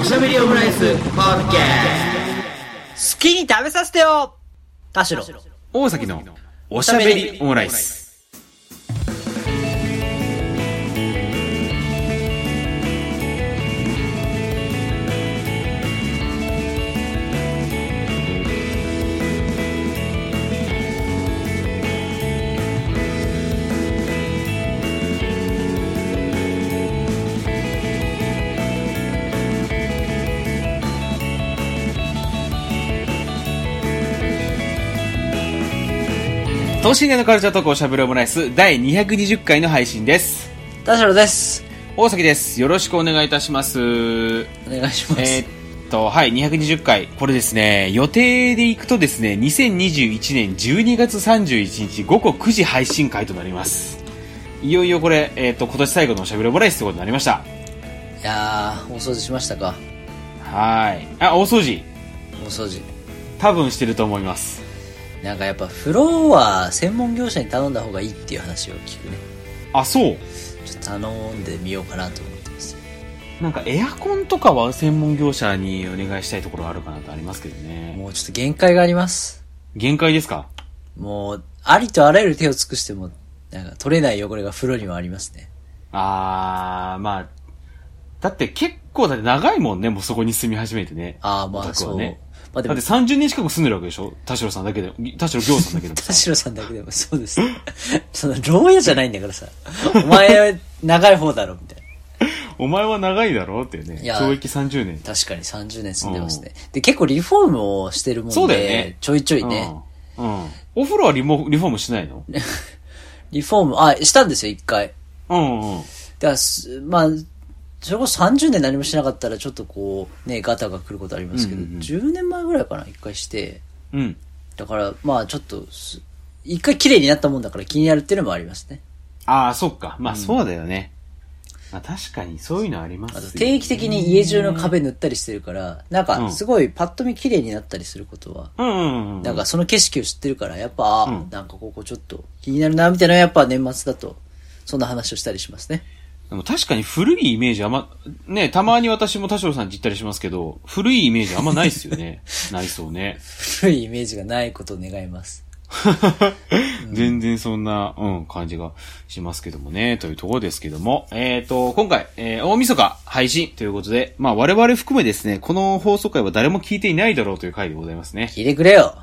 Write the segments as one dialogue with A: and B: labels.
A: おしゃべりオムライスポッドキャ
B: 好きに食べさせてよ田代。
C: 大崎のおしゃべりオムライス。等身大のカルチャートークおしゃべりオムライス第220回の配信です。
B: 田代です。
C: 大崎です。よろしくお願いいたします。
B: お願いします。
C: えーっと、はい、220回。これですね、予定で行くとですね、2021年12月31日午後9時配信会となります。いよいよこれ、えーっと、今年最後のおしゃべりオムライスということになりました。
B: いやー、大掃除しましたか
C: はい。あ、大掃除。
B: 大掃除。
C: 多分してると思います。
B: なんかやっぱ風呂は専門業者に頼んだ方がいいっていう話を聞くね。
C: あ、そう。
B: ちょっと頼んでみようかなと思ってます。
C: なんかエアコンとかは専門業者にお願いしたいところあるかなとありますけどね。
B: もうちょっと限界があります。
C: 限界ですか
B: もう、ありとあらゆる手を尽くしても、なんか取れない汚れが風呂にはありますね。
C: あー、まあ、だって結構だって長いもんね、もうそこに住み始めてね。
B: あー、ま
C: お
B: あ
C: 宅
B: そ
C: は
B: う。
C: ね
B: まあで
C: だっ
B: も
C: て、30年近く住んでるわけでしょ田代さんだけで、田代行さんだけでも
B: 田
C: さ。
B: 代さんだけでもそう です。その、牢屋じゃないんだからさ。お前、長い方だろ、みたいな。
C: お前は長いだろうっていうね。
B: いや
C: 懲役30年。
B: 確かに30年住んでますね。で、結構リフォームをしてるもんで、
C: そうだよね
B: ちょいちょいね、
C: うん。うん。お風呂はリモリフォームしないの
B: リフォーム、あ、したんですよ、一回。
C: うんうん。
B: だからす、まあ、それこそ30年何もしなかったら、ちょっとこう、ね、ガタが来ることありますけど、
C: うんうんうん
B: 10年前ぐらいかな、一回して。
C: うん。
B: だから、まあ、ちょっとす、一回綺麗になったもんだから気になるっていうのもありますね。
C: ああ、そっか。まあそうだよね。まあ確かにそういうのあります
B: あ
C: よ
B: と、定期的に家中の壁塗ったりしてるから、なん
C: う
B: か、
C: ん
B: すごいパッと見綺麗になったりすることは、
C: うんうんうん。
B: なんかその景色を知ってるから、やっぱ、あ
C: うん
B: なんかここちょっと気になるな、みたいな、やっぱ年末だと、そんな話をしたりしますね。
C: でも確かに古いイメージあんま、ね、たまに私も田代さんち行ったりしますけど、古いイメージあんまないですよ ね。内装ね。
B: 古いイメージがないことを願います。
C: 全然そんな、うん、感じがしますけどもね、というところですけども。えっ、と、今回、えー大晦日配信ということで、まあ我々含めですね、この放送回は誰も聞いていないだろうという回でございます ね。
B: 聞いてくれよ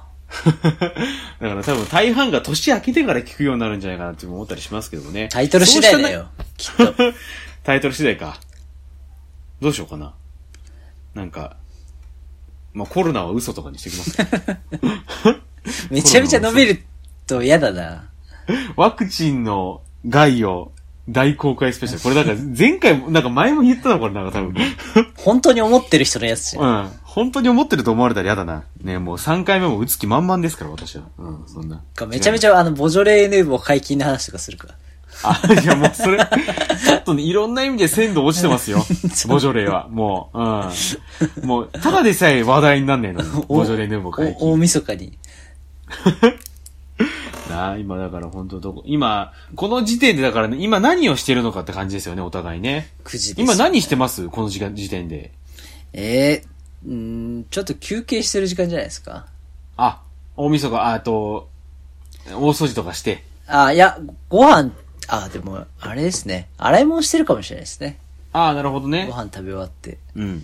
C: だから多分大半が年明けてから聞くようになるんじゃないかなって思ったりしますけどもね。
B: タイトル次第だよ。きっと。
C: タイトル次第か。どうしようかな。なんか、まあ、コロナは嘘とかにしてきます か。
B: めちゃめちゃ伸びると嫌だな。
C: ワクチンの害を大公開スペシャル。これなんか前回も、なんか前も言ったのこれなんか多 分。
B: 本当に思ってる人のやつじゃん。
C: うん。本当に思ってると思われたら嫌だな。ね、もう3回目も打つ気満々ですから、私は。うん、そんな。
B: かめちゃめ
C: ち
B: ちゃ、あの、ボジョレーヌーボー解禁の話とかするから。
C: ゃ。あ、いやもうそれ、ちょっとね、いろんな意味で鮮度落ちてま すよ。ボジョレーは。もう、うん。もう、ただでさえ話題になんねえのに。
B: お
C: ボジョレーヌーボー解禁
B: お大晦日に。
C: なあ、今だから本当どこ、今、この時点でだからね、今何をしてるのかって感じですよね、お互いね。
B: 9時です。
C: 今何してますこの時間、時点で。
B: えー、うーん、ちょっと休憩してる時間じゃないですか。
C: あ、大晦日、ああと、大掃除とかして。
B: あ、いや、ご飯、あ、でも、あれですね。洗い物してるかもしれないですね。
C: ああ、なるほど
B: ご
C: ね。
B: 飯食べ終わって。
C: うん。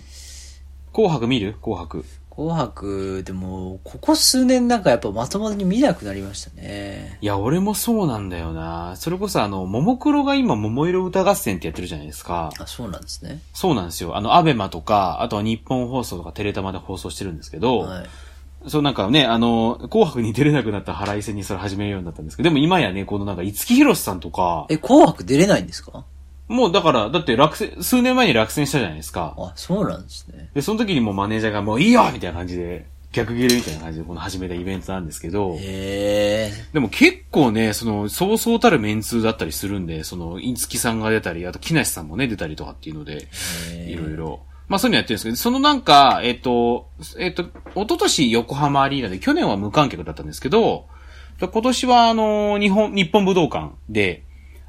C: 紅白見る紅白。
B: 紅白、でも、ここ数年なんかやっぱまともに見なくなりましたね。
C: いや、俺もそうなんだよな。それこそあの、ももクロが今、桃色歌合戦ってやってるじゃないですか。
B: あ、そうなんですね。
C: そうなんですよ。あの、アベマとか、あとは日本放送とかテレタマで放送してるんですけど、
B: はい。
C: そうなんかね、あの、紅白に出れなくなった腹いせにそれ始めるようになったんですけど、でも今やね、このなんか、五木ひろしさんとか、
B: え、紅白出れないんですか
C: もうだから、だって落選、数年前に落選したじゃないですか。
B: あ、そうなんですね。
C: で、その時にもうマネージャーがもういいよみたいな感じで、逆ギレみたいな感じでこの始めたイベントなんですけど、
B: へえ。
C: でも結構ね、その、そうそうたるメンツだったりするんで、その、五木さんが出たり、あと木梨さんもね、出たりとかっていうので、
B: へー
C: いろいろ。まあそういうのやってるんですけど、そのなんか、えっ、と、えっ、と、一昨年横浜アリーナで、去年は無観客だったんですけど、今年はあの、日本、日本武道館で、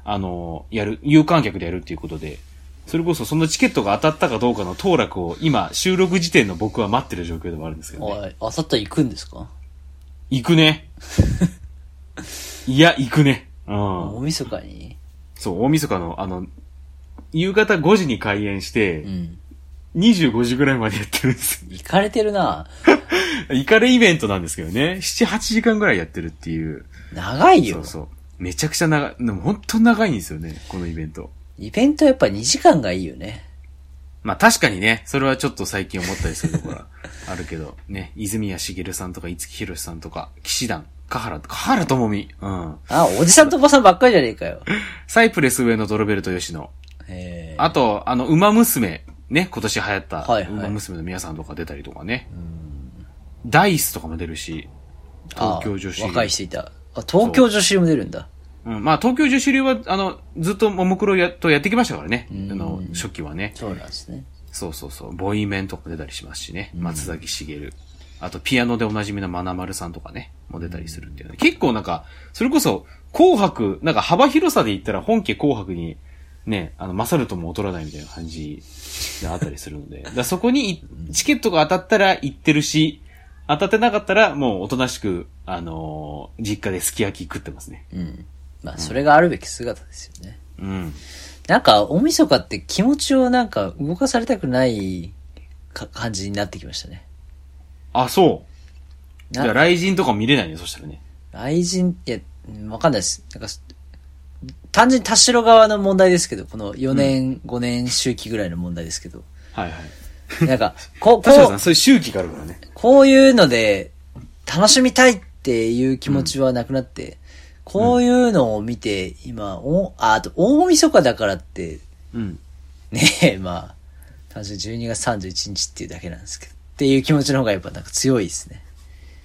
C: あの、やる、有観客でやるっていうことで、それこそそのチケットが当たったかどうかの当落を今、収録時点の僕は待ってる状況でもあるんですけどね。
B: はい。あさったら行くんですか
C: 行 くね。いや、行くね。うん。
B: 大晦日に。
C: そう、大晦日の、あの、夕方5時に開演して
B: う、ん。
C: 25時ぐらいまでやってるんですよ。
B: 行かれてるな。
C: イカレイベントなんですけどね。7、8時間ぐらいやってるっていう。
B: 長い
C: そ
B: よ
C: う。そう。めちゃくちゃ長い、でも本当長いんですよね、このイベント。
B: イベントはやっぱ2時間がいいよね。
C: まあ確かにね、それはちょっと最近思ったりすると ころはあるけど、ね、泉谷しげるさんとか、五木ひろしさんとか、騎士団、香原、香原ともみ、うん。
B: あ、おじさんとおばさんばっかりじゃねえかよ。
C: サイプレス上のドロベルト吉野。
B: ええ
C: あと、あの、馬娘、ね、今年流行った、
B: はいはい
C: 馬娘の皆さんとか出たりとかね。ダイスとかも出るし、東京女子。
B: 若い人いた。あ、東京女子も出るんだ。
C: うん、まあ東京女子流は、あの、ずっとももクロやとやってきましたからね。あ
B: ん
C: の、初期はね。
B: そうなんですね。
C: そうそうそう。ボイメンとか出たりしますしね。松崎しげる。あと、ピアノでおなじみのまなまるさんとかね、も出たりするっていうね。結構なんか、それこそ、紅白、なんか幅広さで言ったら本家紅白に、ね、あの、勝るとも劣らないみたいな感じがあったりするの で。だからそこにい、チケットが当たったら行ってるし、当たってなかったらもうおとなしく、あのー実家ですき焼き食ってますね。
B: うん。まあ、それがあるべき姿ですよね。
C: うん。
B: なんか、大晦日って気持ちをなんか動かされたくないか感じになってきましたね。
C: あ、そう。じ
B: な
C: ゃあ、雷神とか見れないね、そしたらね。
B: 雷神って、うんわかんないです。なんか、単純に田代側の問題ですけど、この4年、5年周期ぐらいの問題ですけ ど。
C: はいはい。
B: なんか、こう、こ
C: 確かにさ、、
B: うん
C: そういう周期があるからね。
B: こういうので、楽しみたいっていう気持ちはなくなって、こういうのを見て、今、お、あ、あと、大晦日だからって、
C: うん。
B: ね え、まあ、単純に12月31日っていうだけなんですけど、っていう気持ちの方がやっぱなんか強いですね。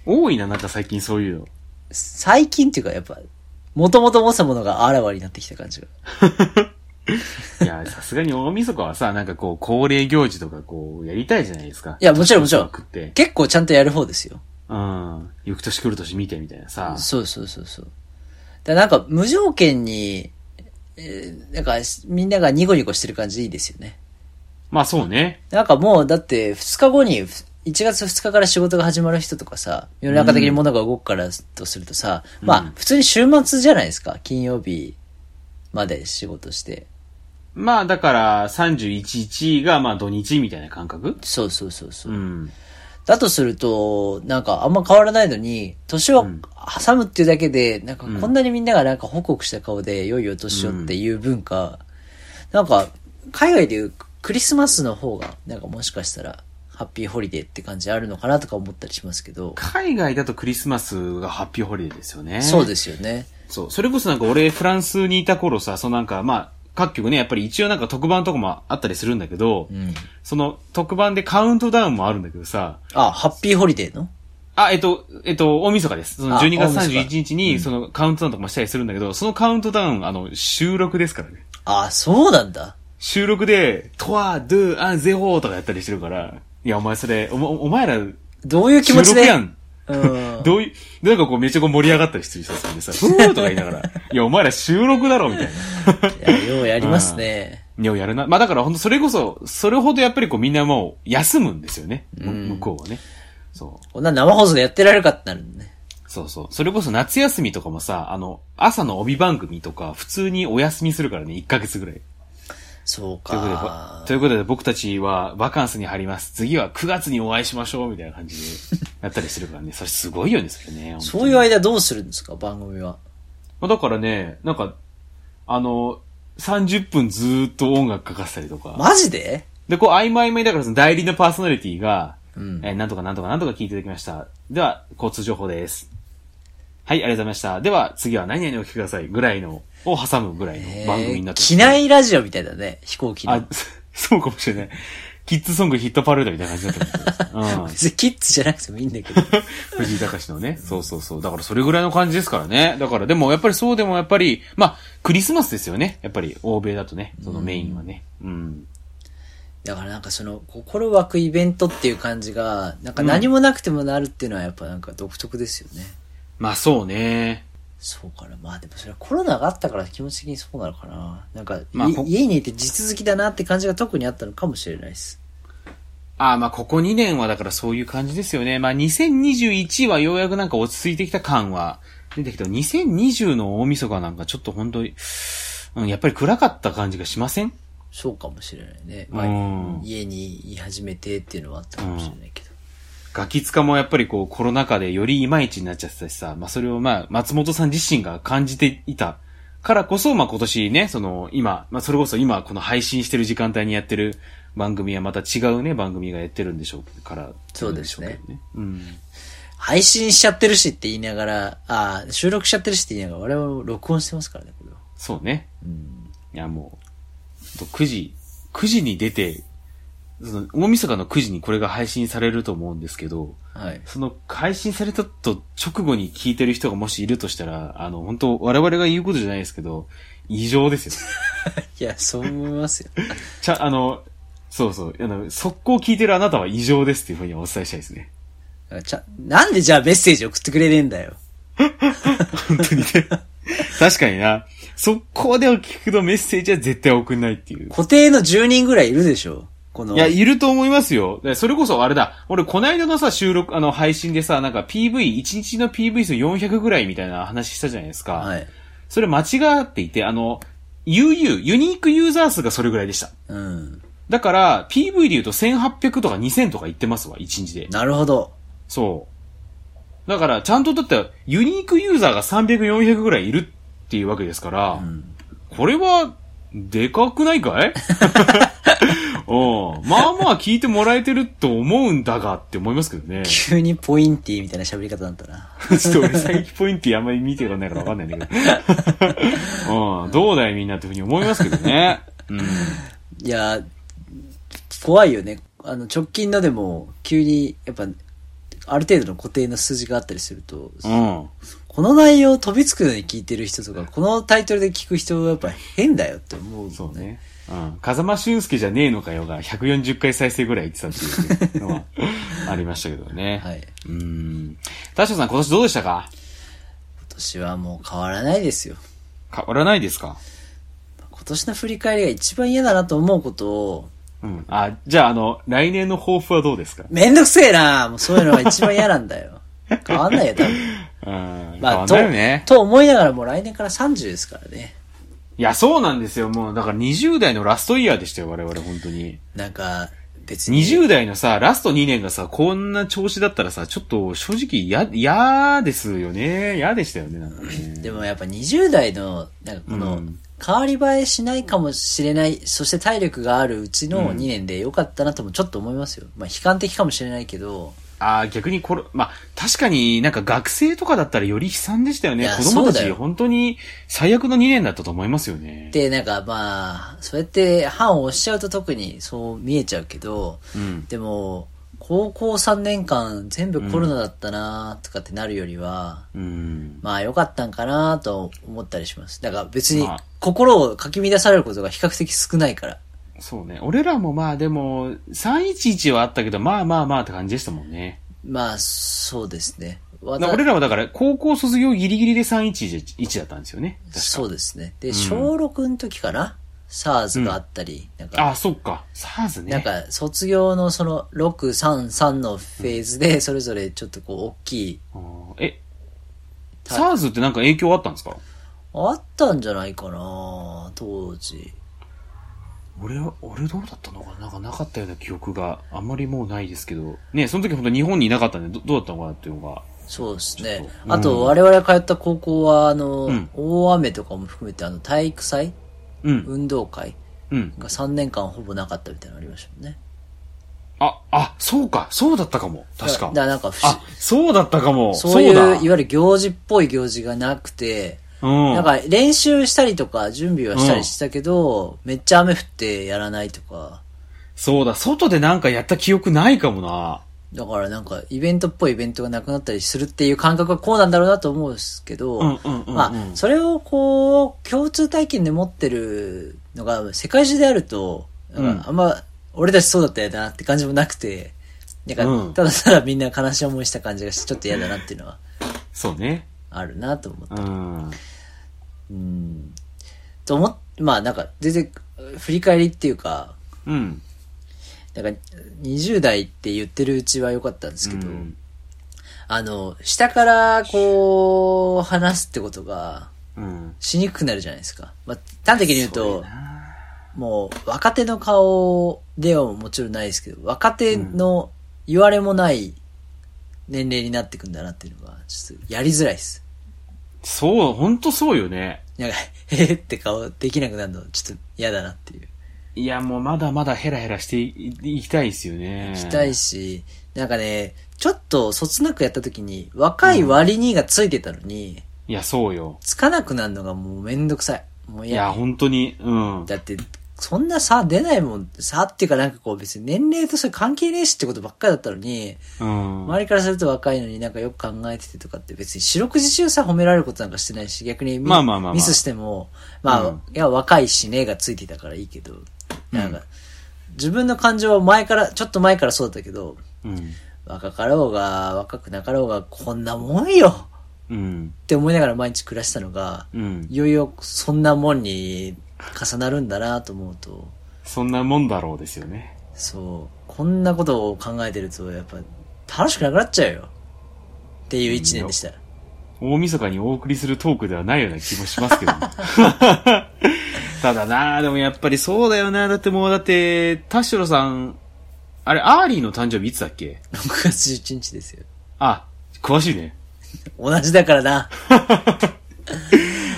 C: 多いな、なんか最近そういうの。
B: 最近っていうかやっぱ、もともと持ったものがあらわになってきた感じが。
C: い や、さすがに大晦日はさ、なんかこう、恒例行事とかこう、やりたいじゃないですか。
B: いや、もちろんもちろん
C: 食って。
B: 結構ちゃんとやる方ですよ。
C: うん。翌年来る年見てみたいなさ。
B: そうそうそうそう。だからなんか無条件に、えーなんかみんながニコニコしてる感じいいですよね。
C: まあそうね。
B: なんかもうだって2日後に、1月2日から仕事が始まる人とかさ、世の中的に物が動くからとするとさ、まあ普通に週末じゃないですか。金曜日まで仕事して。
C: まあだから、31がまあ土日みたいな感覚
B: そうそうそうそうう。
C: ん。
B: だとすると、なんかあんま変わらないのに、年を挟むっていうだけで、なんかこんなにみんながなんか報告した顔で、良いお年をっていう文化、なんか海外でいうクリスマスの方が、なんかもしかしたら、ハッピーホリデーって感じあるのかなとか思ったりしますけど、
C: 海外だとクリスマスがハッピーホリデーですよね。
B: そうですよね。
C: そう。それこそなんか俺、フランスにいた頃さ、そのなんか、まあ、各局ね、やっぱり一応なんか特番とかもあったりするんだけど、
B: うん。
C: その特番でカウントダウンもあるんだけどさ、
B: あ、ハッピーホリデーの
C: あ、えっと、えっと、大晦日です。その
B: あ
C: 12月
B: 大晦日
C: 31日に、そのカウントダウンとかもしたりするんだけど、そのカウントダウン、あの、収録ですからね。
B: あ、そうなんだ。
C: 収録で、トワ、ドゥ、アン、ゼホーとかやったりしてるから、いや、お前それ、おおお前ら、
B: どういう気
C: 収
B: 持ち
C: 録
B: で。
C: やん。
B: うん。
C: どういう、なんかこうめっちゃこう盛り上がったりしてる人たちでさ、ふーとか言いながら、いや、お前ら収録だろ、みたい
B: い
C: な。
B: や、ようやりますね。
C: いや、やるな。まあだから本当それこそ、それほどやっぱりこうみんなもう休むんですよね。も向こうはね。そう。
B: こんな生放送でやってられるかってなるんだね。
C: そうそう。それこそ夏休みとかもさ、あの、朝の帯番組とか、普通にお休みするからね、1ヶ月ぐらい。
B: そう
C: ということでぼ
B: か、。
C: ということで僕たちはバカンスに入ります。次は9月にお会いしましょう、みたいな感じで、やったりするからね。それすごいよね、それね。
B: そういう
C: う。
B: 間どうするんですか、番組は。
C: まあだからね、なんか、あの、30分ずーっと音楽かかせたりとか。
B: マジで
C: で、こう、曖昧曖昧だから、その代理のパーソナリティが、
B: うん
C: えーなんとかなんとかなんとか聞いていただきました。では、交通情報です。はい、ありがとうございました。では、次は何々お聞きください。ぐらいの、を挟むぐらいの番組になって
B: 機内ラジオみたいだね、飛行機の
C: あ。、 そそうかもしれない。キッズソングヒットパレードみたいな感じだっ たけど。うん。
B: 別にキッズじゃなくてもいいんだけど。
C: 藤井隆のね。そうそうそう。だからそれぐらいの感じですからね。だからでもやっぱりそうでもやっぱり、まあ、クリスマスですよね。やっぱり欧米だとね。そのメインはね。うん。
B: だからなんかその、心湧くイベントっていう感じが、なんか何もなくてもなるっていうのはやっぱなんか独特ですよね。
C: まあそうね。
B: そうかな。まあでもそれはコロナがあったから気持ち的にそうなのかな。なんか、
C: まあ
B: い
C: こ
B: 家にいて地続きだなって感じが特にあったのかもしれないです。
C: ああ、まあ、ここ2年はだからそういう感じですよね。まあ、2021はようやくなんか落ち着いてきた感は出てきた。2020の大晦日なんかちょっと本当に、うん、やっぱり暗かった感じがしません
B: そうかもしれないね。
C: う
B: まあ
C: ん、
B: 家にい始めてっていうのはあったかもしれないけど。
C: ガキ使もやっぱりこうコロナ禍でよりいまいちになっちゃってたしさ、まあそれをまあ松本さん自身が感じていたからこそ、まあ今年ね、その今、まあそれこそ今この配信してる時間帯にやってる番組はまた違うね、番組がやってるんでしょうから。
B: そうですね
C: そうでしょうけど。うん。
B: 配信しちゃってるしって言いながら、ああ、収録しちゃってるしって言いながら、我々も録音してますからね、これは。
C: そうね。
B: うん。
C: いやもう、と9時、9時に出て、その大晦日の9時にこれが配信されると思うんですけど、
B: はい。
C: その配信されたと直後に聞いてる人がもしいるとしたら、あの、本当我々が言うことじゃないですけど、異常ですよ。
B: いや、そう思いますよ。
C: ちゃ、あの、そうそう、あの、速攻聞いてるあなたは異常ですっていうふうにお伝えしたいですね。
B: ちゃなんでじゃあメッセージ送ってくれねえんだよ。
C: 本当にね。確かにな。速攻で聞くとメッセージは絶対送んないっていう。
B: 固定の10人ぐらいいるでしょこの。
C: いや、いると思いますよ。でそれこそあれだ。俺、こないだのさ、収録、あの、配信でさ、なんか PV、1日の PV 数400ぐらいみたいな話したじゃないですか。
B: はい。
C: それ間違っていて、あの、UU、ユニークユーザー数がそれぐらいでした。
B: うん。
C: だから、PV で言うと1800とか2000とか言ってますわ、1日で。
B: なるほど。
C: そう。だから、ちゃんとだって、ユニークユーザーが300、400ぐらいいるっていうわけですから、
B: ん
C: これは、でかくないかい うん。まあまあ聞いてもらえてると思うんだがって思いますけどね。 ち
B: 急にポインティーみたいな喋り方だったな。
C: ょっと俺最近ポインティあんまり見てらんないからわかんないんだけ ど。うん。どうだいみんなっていうふうに思いますけど ね。うん。
B: いや、怖いよね。あの、直近のでも、急に、やっぱ、ある程度の固定の数字があったりすると、
C: うん。
B: この内容飛びつくのに聞いてる人とか、このタイトルで聞く人はやっぱ変だよって思うもん、
C: そうね。うん。風間俊介じゃねえのかよが140回再生ぐらい言ってたっていうの はありましたけどね。
B: はい。今
C: うーん。大将さん今年どうでしたか
B: 年はもう変わらないですよ。
C: 変わらないですか
B: 今年の振り返りが一番嫌だなと思うことを、
C: うん。あ、じゃああの、来年の抱負はどうですか
B: めんどくせえなもうそういうのが一番嫌なんだ よ。変わんないよ、多分。
C: うん。
B: まあ、
C: 変わんないよね。
B: と、と思いながらもう来年から30ですからね。
C: いや、そうなんですよ。もう、だから20代のラストイヤーでしたよ、我々、本当に。
B: なんか、別に。
C: 20代のさ、ラスト2年がさ、こんな調子だったらさ、ちょっと正直、や、嫌ですよね。嫌でしたよね、なんかね。
B: でもやっぱ20代の、なんかこ
C: う
B: の
C: ん、
B: 変わり映えしないかもしれない、そして体力があるうちの2年で良かったなともちょっと思いますよ。まあ悲観的かもしれないけど、
C: ああ、逆にこれ、まあ、確かになんか学生とかだったらより悲惨でしたよ
B: い
C: ね。
B: や
C: 子供た
B: そうだ
C: ち、
B: よ
C: 本当に最悪の2年だったと思いますよね。
B: で、なんかまあ、そうやって判を押しちゃうと特にそう見えちゃうけど、
C: うん。
B: でも、高校3年間全部コロナだったなとかってなるよりは、
C: うん。
B: まあ良かったんかなと思ったりします。だから別に
C: まあ
B: 心をかき乱されることが比較的少ないから。
C: そうね。俺らもまあでも、311はあったけど、まあまあまあって感じでしたもんね。
B: まあ、そうですね。わ
C: だ
B: た
C: 俺らはだから、高校卒業ギリギリで311だったんですよね。
B: そうですね。で、小6の時かな、?SARS があったり、なん
C: あ
B: か、
C: あ、そっか。SARS ね。
B: なんか卒業のその6、3、3のフェーズで、それぞれちょっとこう、大きい、
C: あーえ、SARS ってなんか影響あったんですか
B: あったんじゃないかな当時。
C: 俺は、俺どうだったのかななんかなかったような記憶があんまりもうないですけど。ねその時本当日本にいなかったんで、どどうだったのかなっていうのが。
B: そうですね。
C: ちょっとうん
B: あと、我々が通った高校は、あの、
C: ん
B: 大雨とかも含めて、あの、体育祭
C: うん。
B: 運動会
C: うん。
B: が3年間ほぼなかったみたいなのありましたもんね。
C: あ、あ、そうか。そうだったかも。確
B: だ
C: か。
B: からなんか不思
C: あ、そうだったかも。
B: そういう、い
C: だ
B: わゆる行事っぽい行事がなくて、
C: うん。
B: なんか練習したりとか準備はしたりしたけど、めっちゃ雨降ってやらないとか、
C: そうだ。外でなんかやった記憶ないかもな。
B: だからなんかイベントっぽいイベントがなくなったりするっていう感覚はこうなんだろうなと思うんですけど、
C: うんうんうんうん
B: まあ、それをこう、共通体験で持ってるのが世界中であると、なんかあんま、俺たちそうだったよなって感じもなくて、なん
C: うん
B: か、ただただみんな悲しい思いした感じがして、ちょっと嫌だなっていうのは
C: そうね。
B: あるなと思って。
C: うん。
B: うん。と思っ、まあなんか全然振り返りっていうか、
C: うん。
B: なんか20代って言ってるうちは良かったんですけど、
C: うん
B: あの、下からこう、話すってことが
C: うん。
B: しにくくなるじゃないですか。まあ、端的に言う
C: そう
B: と
C: や、な
B: もう若手の顔ではもちろんないですけど、若手の言われもない年齢になってくんだなっていうのが、ちょっとやりづらいです。
C: そう、ほんとそうよね。
B: なんか、 へへって顔できなくなるの、ちょっと嫌だなっていう。
C: いや、もうまだまだヘラヘラしていいきたいですよね。
B: 行きたいし、なんかね、ちょっとそつなくやった時に、若い割にがついてたのに、
C: いや、そうよ。
B: つかなくなるのがもうめんどくさい。もう
C: い
B: 嫌
C: や、本当に、うん。
B: だって、そんな差出ないもん、差っていうかなんかこう別に年齢とそれ関係ねえしってことばっかりだったのに、
C: うん。
B: 周りからすると若いのになんかよく考えててとかって別に四六時中さ褒められることなんかしてないし、逆にミ,、
C: まあまあまあまあ
B: ミスしても、まあ、
C: うん
B: いや若いしねがついてたからいいけど、なんか、自分の感情は前から、ちょっと前からそうだったけど、
C: うん。
B: 若かろうが、若くなかろうが、こんなもんよ
C: うん。
B: って思いながら毎日暮らしてたのが、
C: うん。
B: いよいよそんなもんに重なるんだなと思うと、
C: そんなもんだろうですよね。
B: そう、こんなことを考えてると、やっぱ楽しくなくなっちゃうよ。っていう一年でした。
C: 大晦日にお送りするトークではないような気もしますけども。 ただなあでもやっぱりそうだよなだってもう、だって、田代さん、あれ、アーリーの誕生日いつだっけ
B: 6月11日ですよ。
C: あ、詳しいね。
B: 同じだからな。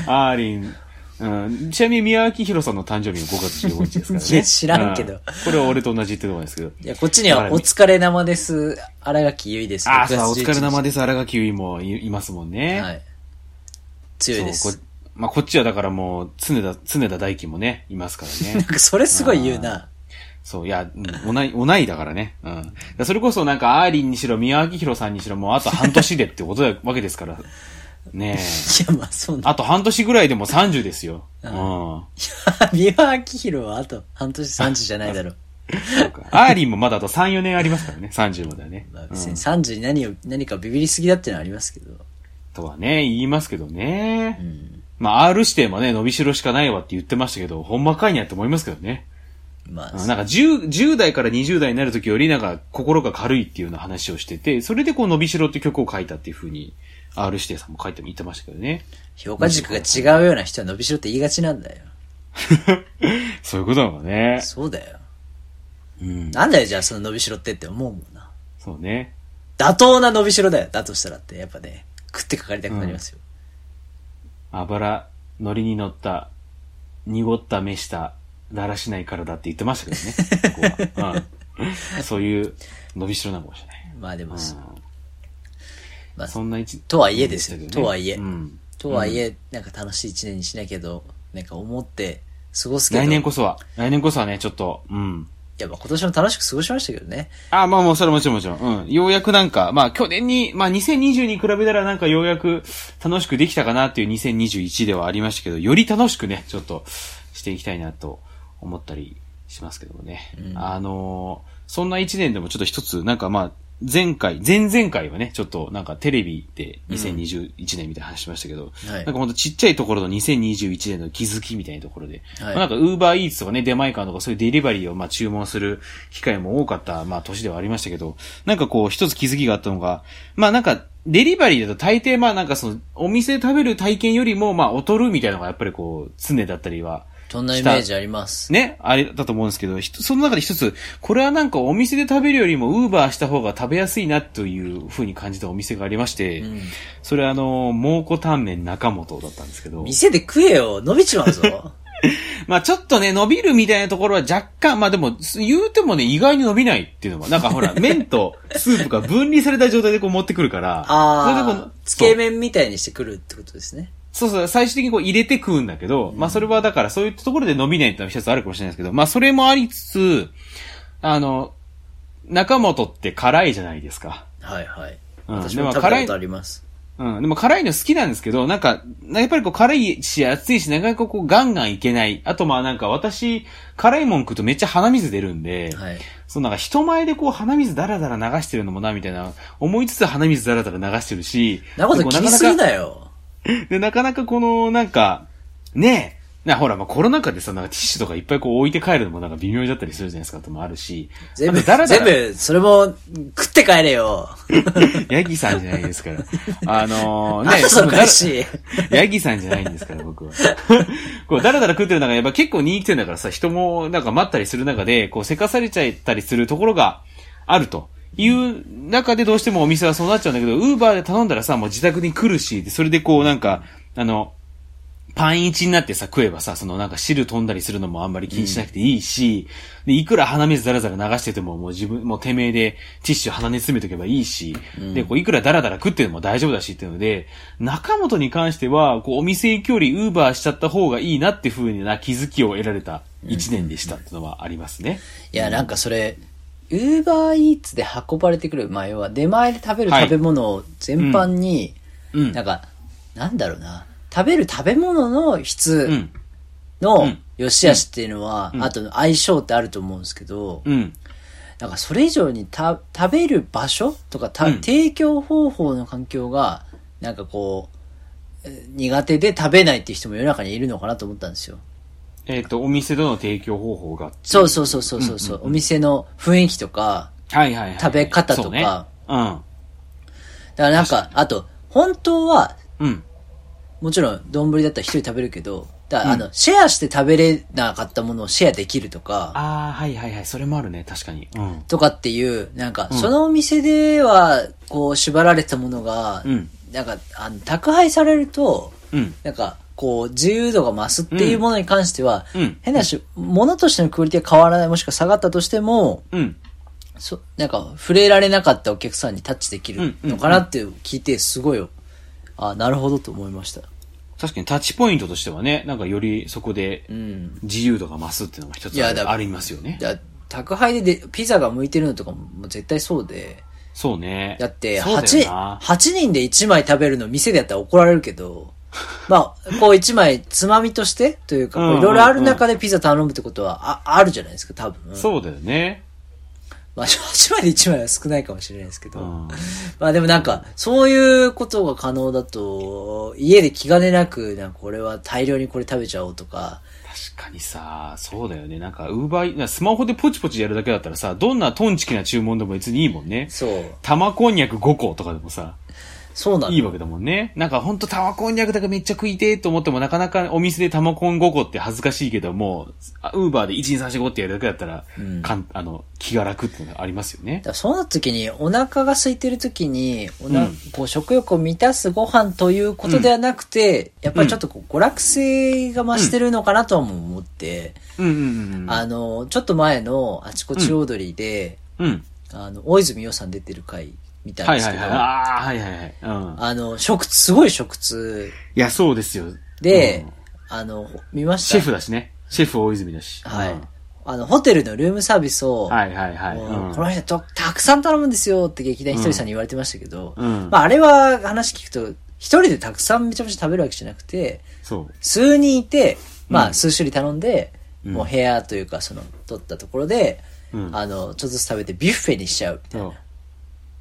C: アーリー、うん、ちなみに宮脇宏さんの誕生日も5月15日ですからね。
B: いや 知らんけど
C: うこれは俺と同じってとこな んですけど。
B: いや、こっちにはお疲れ生です。荒垣結衣です。
C: ああ、そうだ、お疲れ様
B: で
C: です。荒垣結衣もいいますもんね。
B: はい。強いで
C: そう
B: す
C: こ。まあ、こっちはだからもう、常田、常田大輝もね、いますからね
B: なん。かそれすごい言うな。
C: そう、いや、うんおない、おないだからね。うん。だからそれこそなんか、アーリンにしろ、宮脇宏さんにしろ、もうあと半年でってことだわけで すから。ねえ。
B: いや、まあそうな。
C: あと半年ぐらいでも30ですよ。うん。
B: 三輪明宏はあと半年30じゃないだろう。
C: そうか。アーリンもまだあと3、4年ありますからね。30まではね。
B: まあ
C: うん
B: 別に30に何を、何かビビりすぎだってのはありますけど。
C: とはね、言いますけどね。
B: うん。
C: まあ、R 指定もね、伸びしろしかないわって言ってましたけど、ほんまかいにやと思いますけどね。
B: まあ、
C: うんなんか10、10代から20代になるときよりなんか心が軽いっていうような話をしてて、それでこう、伸びしろって曲を書いたっていうふうに、R 指定さんも書いても言ってましたけどね。
B: 評価軸が違うような人は伸びしろって言いがちなんだよ。
C: そういうことなのかね。
B: そうだよ。
C: うん。
B: なんだよ、じゃあその伸びしろってって思うもんな。
C: そうね。
B: 妥当な伸びしろだよ。だとしたらって、やっぱね、食ってかかりたくなりますよ。
C: あばら、海苔に乗った、濁った目した、だらしない体って言ってましたけどねここ は。うん。そういう、伸びしろなのかもしれない。
B: まあでも、
C: うん
B: まあ
C: そんな一、
B: とはいえですよ
C: うん
B: とはいえ
C: うん。
B: とはいえ、なんか楽しい一年にしなきゃど、なんか思って過ごすけど、
C: 来年
B: やっ
C: こそは、来年こそはね、ちょっと、うん。
B: ぱ今年も楽しく過ごしましたけどね。
C: あ、まあもうそれもちろんもちろん。うん。ようやくなんか、まあ去年に、まあ2020に比べたらなんかようやく楽しくできたかなっていう2021ではありましたけど、より楽しくね、ちょっとしていきたいなと思ったりしますけどもね。あのーそんな一年でもちょっと一つ、なんかまあ、前回、前々回はね、ちょっとなんかテレビで2021年みたいな話しましたけど、
B: はい
C: なんかほんとちっちゃいところの2021年の気づきみたいなところで、
B: はい
C: まあなんかウーバーイーツとかね、出前館とかそういうデリバリーをまあ注文する機会も多かった、まあ年ではありましたけど、なんかこう一つ気づきがあったのが、まあなんか、デリバリーだと大抵まあなんかその、お店で食べる体験よりもまあ劣るみたいなのがやっぱりこう、常だったりは、
B: そんなイメージあります。
C: ね、あれだと思うんですけど、ひとその中で一つ、これはなんかお店で食べるよりもウーバーした方が食べやすいなという風に感じたお店がありまして、
B: うん
C: それはあの、蒙古タンメン中本だったんですけど、
B: 店で食えよ伸びちまうぞ
C: まあちょっとね、伸びるみたいなところは若干、まあでも、す言うてもね、意外に伸びないっていうのも、なんか ほら、麺とスープが分離された状態でこう持ってくるから、それでこ
B: ああ
C: う、
B: つけ麺みたいにしてくるってことですね。
C: そうそう、最終的にこう入れて食うんだけど、まあそれはだからそういったところで伸びないっていうのは一つあるかもしれないですけど、まあそれもありつつ、あの、中本って辛いじゃないですか。
B: はいはい。
C: うん
B: 私
C: でも
B: も食べた
C: 辛
B: こ
C: い
B: とあります。
C: うん。でも辛いの好きなんですけど、なんか、やっぱりこう辛いし熱いし、なかなかこうガンガンいけない。あとまあなんか私、辛いもん食うとめっちゃ鼻水出るんで、
B: はい。
C: そうなんか人前でこう鼻水だらだら流してるのもな、みたいな、思いつつ鼻水だらだら流してるし、
B: なこと気にするなよ。
C: で、なかなかこの、なんか、ねえ、な、ほら、まあ、コロナ禍でさ、なんかティッシュとかいっぱいこう置いて帰るのもなんか微妙だったりするじゃないですか、ともあるし。
B: 全
C: あ
B: 部、
C: とだらだ
B: 全
C: ら
B: 部、それも、食って帰れよ。
C: ヤギさんじゃないですから。あのー、
B: なんだその
C: だら
B: 返し。
C: ヤギさんじゃないんですから、僕は。 こう、だらだら食ってる中、やっぱ結構人気店だからさ、人もなんか待ったりする中で、こう、せかされちゃったりするところがあると。いう中でどうしてもお店はそうなっちゃうんだけど、ウーバーで頼んだらさ、もう自宅に来るし、でそれでこうなんか、あの、パンイチになってさ、食えばさ、そのなんか汁飛んだりするのもあんまり気にしなくていいし、で、いくら鼻水ザラザラ流してても、もう自分、もうてめえでティッシュ鼻に詰めとけばいいし、で、こう、いくらダラダラ食ってても大丈夫だしっていうので、中本に関しては、こう、お店行くよりウーバーしちゃった方がいいなって風な気づきを得られた一年でしたってのはありますね。
B: いや、なんかそれ、ウーバーイーツで運ばれてくる、まあ、要は出前で食べる
C: はい
B: 食べ物を全般に、
C: うん
B: なんか、なんだろうな、食べる食べ物の
C: う
B: 質
C: ん。う
B: の
C: ん
B: 良し悪しっていうのは、
C: うん
B: あと相性ってあると思うんですけど、
C: うん。
B: なんかそれ以上にた食べる場所とかた、
C: うん
B: 提供方法の環境が、なんかこう、え苦手で食べないっていう人も世の中にいるのかなと思ったんですよ。
C: えっ、と、お店での提供方法が。
B: そうそうそうそうそうそう、お店の雰囲気とか、
C: はいはいはい。
B: 食べ方とか
C: そうねうん。
B: だからなんか、あと、本当は、
C: うん。
B: もちろん、丼だったら一人食べるけど、だからあの、
C: う
B: シェアして食べれなかったものをシェアできるとか、
C: ああ、はいはいはい。それもあるね、確かに。うん。
B: とかっていう、なんか、そのお店では、こう、縛られたものが、
C: うん
B: なんか、あの、宅配されると、
C: うん。
B: なんか、こう、自由度が増すっていうものに関しては、
C: うん
B: 変なし、物としてのクオリティが変わらない、もしくは下がったとしても、
C: うん。
B: そなんか、触れられなかったお客さんにタッチできるのかなっていう聞いて、すごいよ。あ、なるほどと思いました。
C: 確かにタッチポイントとしてはね、なんかよりそこで
B: うん。
C: 自由度が増すっていうのが一
B: い
C: つ
B: や
C: あ
B: だ
C: るありますよね
B: い。や、宅配ででピザが向いてるのとかももう絶対そうで、
C: そうね。
B: だって
C: そうだ
B: 8、
C: よな
B: 八人で1枚食べるの店でやったら怒られるけど、 まあ、こう1枚つまみとしてというか、
C: うんう
B: こう
C: んう
B: んいろいろある中でピザ頼むってことはああるじゃないですか、多分。
C: そうだよね。
B: ま あ、8枚で1枚は少ないかもしれないですけど。
C: うん。
B: まあでもなんか、そういうことが可能だと、家で気兼ねなく、なんか俺は大量にこれ食べちゃおうとか、
C: 確かにさ、そうだよね。なんか、ウーバー、スマホでポチポチやるだけだったらさ、どんなトンチキな注文でも別にいいもんね。
B: そう、
C: 玉こんにゃく5個とかでもさ、
B: そうなん
C: いいわけだもんね。なんかほんと玉こんにゃくだけめっちゃ食いてえと思ってもなかなかお店で玉こん5個って恥ずかしいけども、ウーバーで12345ってやるだけだったら、かんあの、気が楽っていうのがありますよね
B: だ。からそうなった時にお腹が空いてる時におな、
C: うん
B: こう食欲を満たすご飯ということではなくて、やっぱりちょっとこう娯楽性が増してるのかなとはも思って、
C: うんうんうんうん。
B: あのちょっと前の「あちこち踊りで」
C: うん。
B: あの大泉洋さん出てる回見たん
C: は
B: で
C: い
B: す
C: は
B: け
C: い
B: ど、
C: はい。ああ、はいはいはい。うん。
B: あの食すごい食通
C: いや、そうですよ。
B: で、
C: うん
B: あの見ました
C: シェフだしね。シェフ大泉だし。
B: はい、
C: うん
B: あのホテルのルームサービスを、
C: はいはいはい。
B: もうこ
C: う
B: の人とたくさん頼むんですよって劇団ひとりさんに言われてましたけど、
C: うん
B: まあ、あれは話聞くと、一人でたくさんめちゃめちゃ食べるわけじゃなくて、
C: ん。そう。
B: 数人いて、まあ、数種類頼んで、
C: うん
B: もう部屋というか、その、取ったところで、
C: うん
B: あの、ちょっとずつ食べてビュッフェにしちゃうみたいな。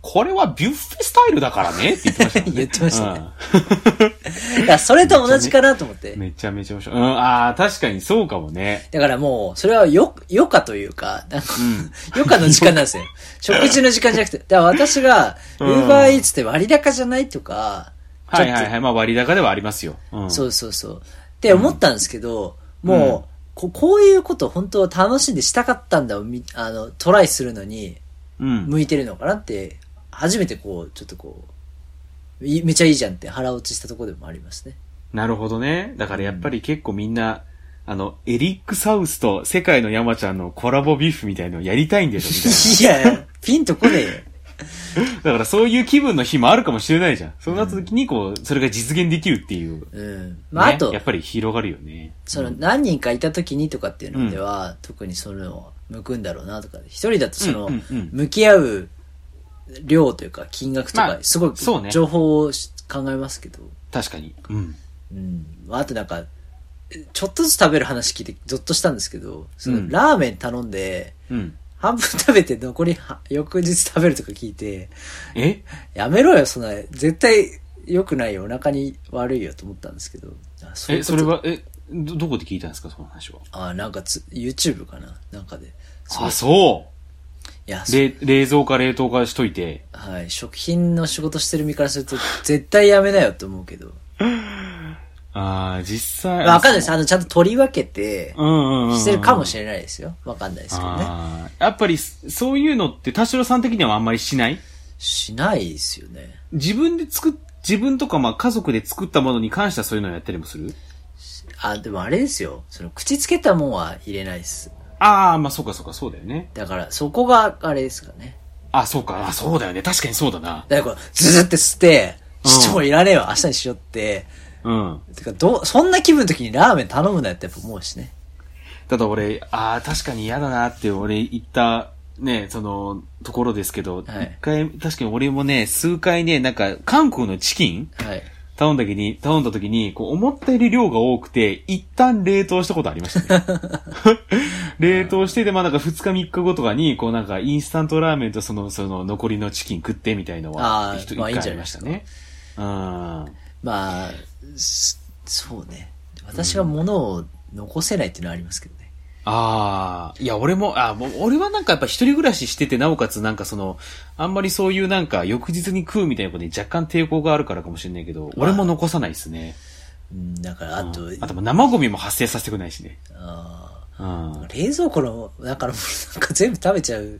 C: これはビュッフェスタイルだからねって言ってましたもんね。
B: 言ってましたねだからそれと同じかなと思っ
C: う
B: て
C: ん。めちゃめちゃ面白い。うん、ああ、確かにそうかもね。
B: だからもう、それはよ、余暇というか、なんか、
C: ん
B: 余暇の時間なん ですよ。食事の時間じゃなくて。だから私が、ウ
C: うん
B: ーバーイーツって割高じゃないとか、ちょ
C: は
B: っと
C: いはいはい。まあ割高ではありますよ。うん。
B: そうそうそう。って思ったんですけど、もう、ここういうこと本当は楽しんでしたかったんだをみあのトライするのに
C: うん。
B: 向いてるのかなって初めてこうちょっとこういめちゃいいじゃんって腹落ちしたところでもありますね
C: なるほどね。だからやっぱり結構みんな、あの、エリック・サウスと世界の山ちゃんのコラボビュッフェみたいのをやりたいんでしょみたいな。
B: いやピンとこねえよ
C: だからそういう気分の日もあるかもしれないじゃん。そうなった時にこう、それが実現できるっていう。
B: うんまあ、
C: ね
B: あと
C: やっぱり広がるよね。
B: その何人かいた時にとかっていうのでは、特にその向くんだろうなとか一人だとその、
C: うんうんうん
B: 向き合う量というか金額と
C: ま
B: か
C: あ
B: すごい
C: そうね
B: 情報をし考えますけど、
C: 確かに。うん。
B: うん、あとなんか、ちょっとずつ食べる話聞いてゾッとしたんですけど、その
C: うん
B: ラーメン頼んで、
C: うん。
B: 半分食べて残りは翌日食べるとか聞いて、
C: え
B: やめろよ、そんな、絶対良くないよ、お腹に悪いよと思ったんですけど。あそういう
C: え、
B: こと
C: それは、え、ど、どこで聞いたんですか、その話は。
B: あ、なんかつ、YouTube かななんかで。そう
C: あ、そ
B: いや、
C: う
B: そう
C: 冷冷蔵か冷凍かしといて。
B: はい。食品の仕事してる身からすると、絶対やめなよと思うけど。
C: ああ、実際。
B: まあわかんないです。あの、ちゃんと取り分けて、
C: うんうんうんうん。
B: してるかも
C: れ
B: しれないですよ。わかんないですけどね。
C: ああ、やっぱり、そういうのって、田代さん的にはあんまりしない
B: しないですよね。
C: 自分で作っ、自分とかまあ家族で作ったものに関してはそういうのをやったりもする
B: あ、でもあれですよ。その、口つけたもんは入れないです。
C: ああ、まあそうかそうか、そうだよね。
B: だから、そこが、あれですかね。
C: あ、そうか、あ、そうだよね。確かにそうだな。
B: だからこう、ズズって吸って、
C: うん
B: ちょっともういらねえわ、明日にしようって。
C: うん。
B: てか、どう、そんな気分の時にラーメン頼むなよってやっぱ思うしね。
C: ただ俺、ああ、確かに嫌だなって俺言った、ね、その、ところですけど、一、
B: はい
C: 回、確かに俺もね、数回ね、なんか、韓国のチキン
B: はい。
C: 頼んだ時に、頼んだ時に、こう、思ったより量が多くて、一旦冷凍したことありました ね。冷凍して、で、まあなんか2日3日後とかに、こうなんか、インスタントラーメンとその、その、残りのチキン食ってみたいのは
B: あ、ー
C: 一
B: まあ
C: 一
B: いいん
C: 回
B: じ
C: あ
B: ゃな
C: り
B: い
C: ま
B: で
C: し
B: す
C: た
B: か
C: ね。うん。
B: まあ、すそうね。私が物を残せないっていうのはありますけどね。
C: ああ、いや、俺も、あもう俺はなんかやっぱ一人暮らししてて、なおかつなんかその、あんまりそういうなんか翌日に食うみたいなことに若干抵抗があるからかもしれないけど、俺も残さないですね。
B: うん、だから、あと、
C: うんあともう生ゴミも発生させてくれないしね。
B: あ
C: う
B: ー
C: ん。
B: 冷蔵庫の中のものなんか全部食べちゃ う。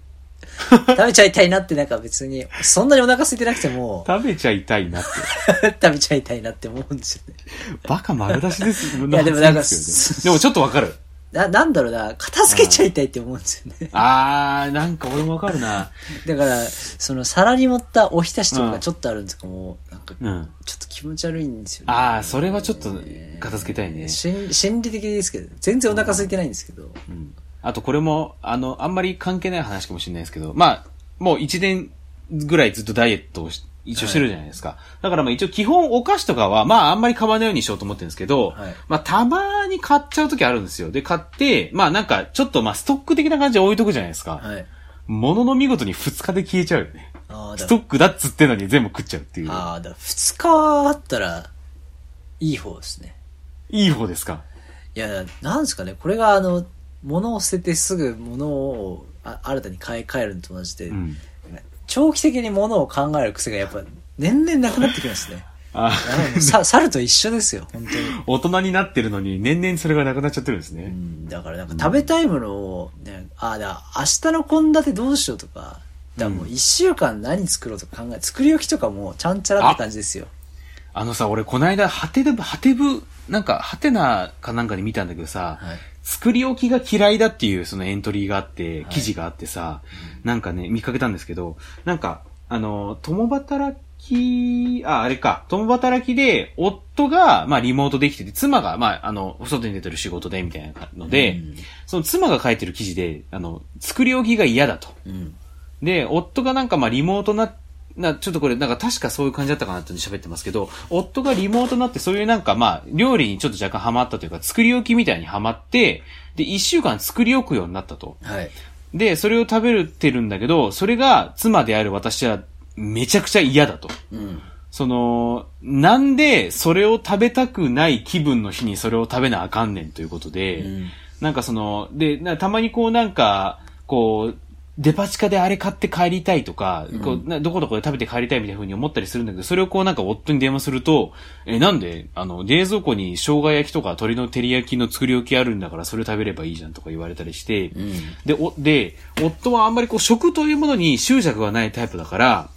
B: 食べちゃいたいなって、なんか別に、そんなにお腹空いてなくて も、
C: 食べちゃいたいなって。
B: 食べちゃいたいなって思うんですよね。
C: バカ丸出し です。い
B: やでもなんか
C: でもちょっとわかる。
B: な、なんだろうな、片付けちゃいたいって思うんですよね。
C: あー、なんか俺もわかるな。
B: だから、その皿に盛ったおひたしと
C: うん
B: かちょっとあるんですけども、なんか、
C: うん。
B: ちょっと気持ち悪いんですよね。
C: あー、それはちょっと片付けたいね。
B: 心心理的ですけど、全然お腹空いてないんですけど。
C: うんあとこれも、あの、あんまり関係ない話かもしれないですけど、まあ、もう一年ぐらいずっとダイエットをし一応してるじゃないですか。だからまあ一応基本お菓子とかは、まああんまり買わないようにしようと思ってるんですけど、
B: はい
C: まあたまに買っちゃう時あるんですよ。で、買って、まあなんかちょっとまあストック的な感じで置いとくじゃないですか。
B: はい。
C: ものの見事に2日で消えちゃうよね。
B: ああ、
C: ス
B: だ
C: トックだっつってんのに全部食っちゃうっていう。
B: ああ、だから2日あったら、いい方ですね。
C: いい方ですか
B: いや、なんですかね、これがあの、物を捨ててすぐ物をあ新たに買い替えるのと同じで、
C: うん。
B: 長期的に物を考える癖がやっぱ年々なくなってきます ね。
C: あ
B: いやもうさ猿と一緒ですよ、本当に。
C: 大人になってるのに年々それがなくなっちゃってるんです
B: う
C: ね。
B: ん、だからなんか食べたいものを、ね、ああ、だから明日の献立どうしようとか、だからもう一週間何作ろうとか考え、作り置きとかもちゃんちゃらって感じですよ。
C: あのさ、俺この間、ハテブ、ハテブ、なんか、ハテナかなんかで見たんだけどさ、
B: はい
C: 作り置きが嫌いだっていうそのエントリーがあって、記事があってさ、なんかね、見かけたんですけど、なんか、あの、共働き、あ、あれか、共働きで、夫が、まあ、リモートできてて、妻が、まあ、あの、外に出てる仕事で、みたいなの
B: う
C: で、
B: ん
C: その妻が書いてる記事で、あの、作り置きが嫌だと。
B: うん。
C: で、夫がなんかまあリモートな、な、ちょっとこれなんか確かそういう感じだったかなって喋ってますけど、夫がリモートになってそういうなんかまあ料理にちょっと若干ハマったというか作り置きみたいにハマって、で、一週間作り置くようになったと。
B: はい。
C: で、それを食べてるんだけど、それが妻である私はめちゃくちゃ嫌だと。
B: うん。
C: その、なんでそれを食べたくない気分の日にそれを食べなあかんねんということで、
B: うん
C: なんかその、で、なたまにこうなんか、こう、デパ地下であれ買って帰りたいとか、こうなどこどこで食べて帰りたいみたいな風に思ったりするんだけど、それをこうなんか夫に電話すると、え、なんで、あの、冷蔵庫に生姜焼きとか鶏の照り焼きの作り置きあるんだから、それ食べればいいじゃんとか言われたりして、
B: うん。
C: で、お、で、夫はあんまりこう食というものに執着がないタイプだから、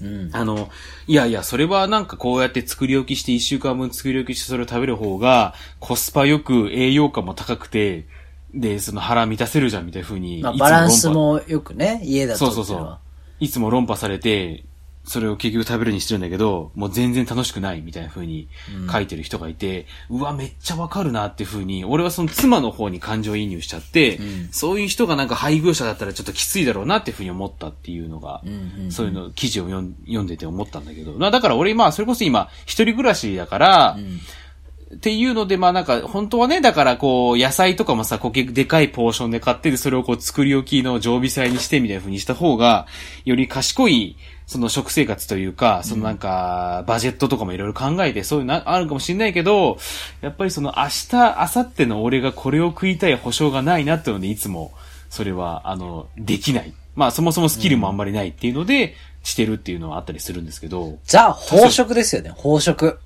B: うん。
C: あの、いやいや、それはなんかこうやって作り置きして一週間分作り置きしてそれを食べる方が、コスパよく栄養価も高くて、で、その腹満たせるじゃんみたいな風に、
B: まあ、
C: いつ
B: バランス
C: 論破
B: もよくね、家だと
C: そう
B: って
C: そう
B: いうの
C: そう
B: は。。
C: いつも論破されて、それを結局食べるにしてるんだけど、もう全然楽しくないみたいな風に書いてる人がいて、うわ、めっちゃわかるなっていう風に、俺はその妻の方に感情移入しちゃって、
B: ん
C: そういう人がなんか配偶者だったらちょっときついだろうなっていう風に思ったっていうのが、
B: うんうん
C: そういうの記事を読ん読んでて思ったんだけど、なだから俺今、それこそ今、一人暮らしだから、っていうので、まあなんか、本当はね、だからこう、野菜とかもさ、こう結構でかいポーションで買ってて、それをこう、作り置きの常備菜にしてみたいな風にした方が、より賢い、その食生活というか、そのなんか、バジェットとかもいろいろ考えて、そういうのあるかもしれないけど、やっぱりその明日、明後日の俺がこれを食いたい保証がないなっていうので、いつも、それは、あの、できない。まあ、そもそもスキルもあんまりないっていうので、してるっていうのはあったりするんですけど、
B: ザ・飽食ですよね、飽食。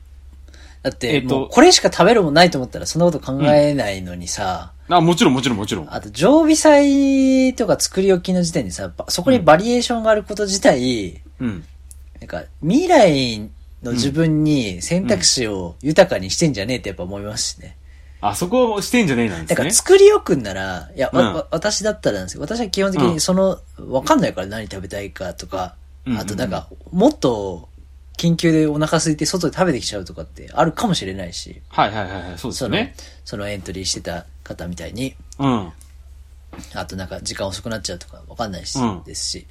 B: だって、
C: えっと
B: もうこれしか食べるもんないと思ったらそんなこと考えないのにさ、
C: あ、もちろんもちろんもちろん。
B: あと常備菜とか作り置きの時点でさ、ばそこにバリエーションがあること自体、
C: うん。
B: なんか未来の自分に選択肢を豊かにしてんじゃねえってやっぱ思いますしね。
C: あそこをしてんじゃねえなんで
B: だ
C: す
B: か
C: ね
B: ら。作り置くんなら、いや、わ
C: うん
B: わ私だったらなんですけど、私は基本的
C: うん
B: にその、わかんないから何食べたいかとか
C: うんうん、うん
B: あとなんか、もっと緊急でお腹空いて外で食べてきちゃうとかってあるかもしれないし、
C: はいはいはいはい、そうです
B: そ
C: よ
B: の
C: ね。、
B: そのエントリーしてた方みたいに、
C: うん。
B: あとなんか時間遅くなっちゃうとかわかんないし、
C: うん
B: ですし、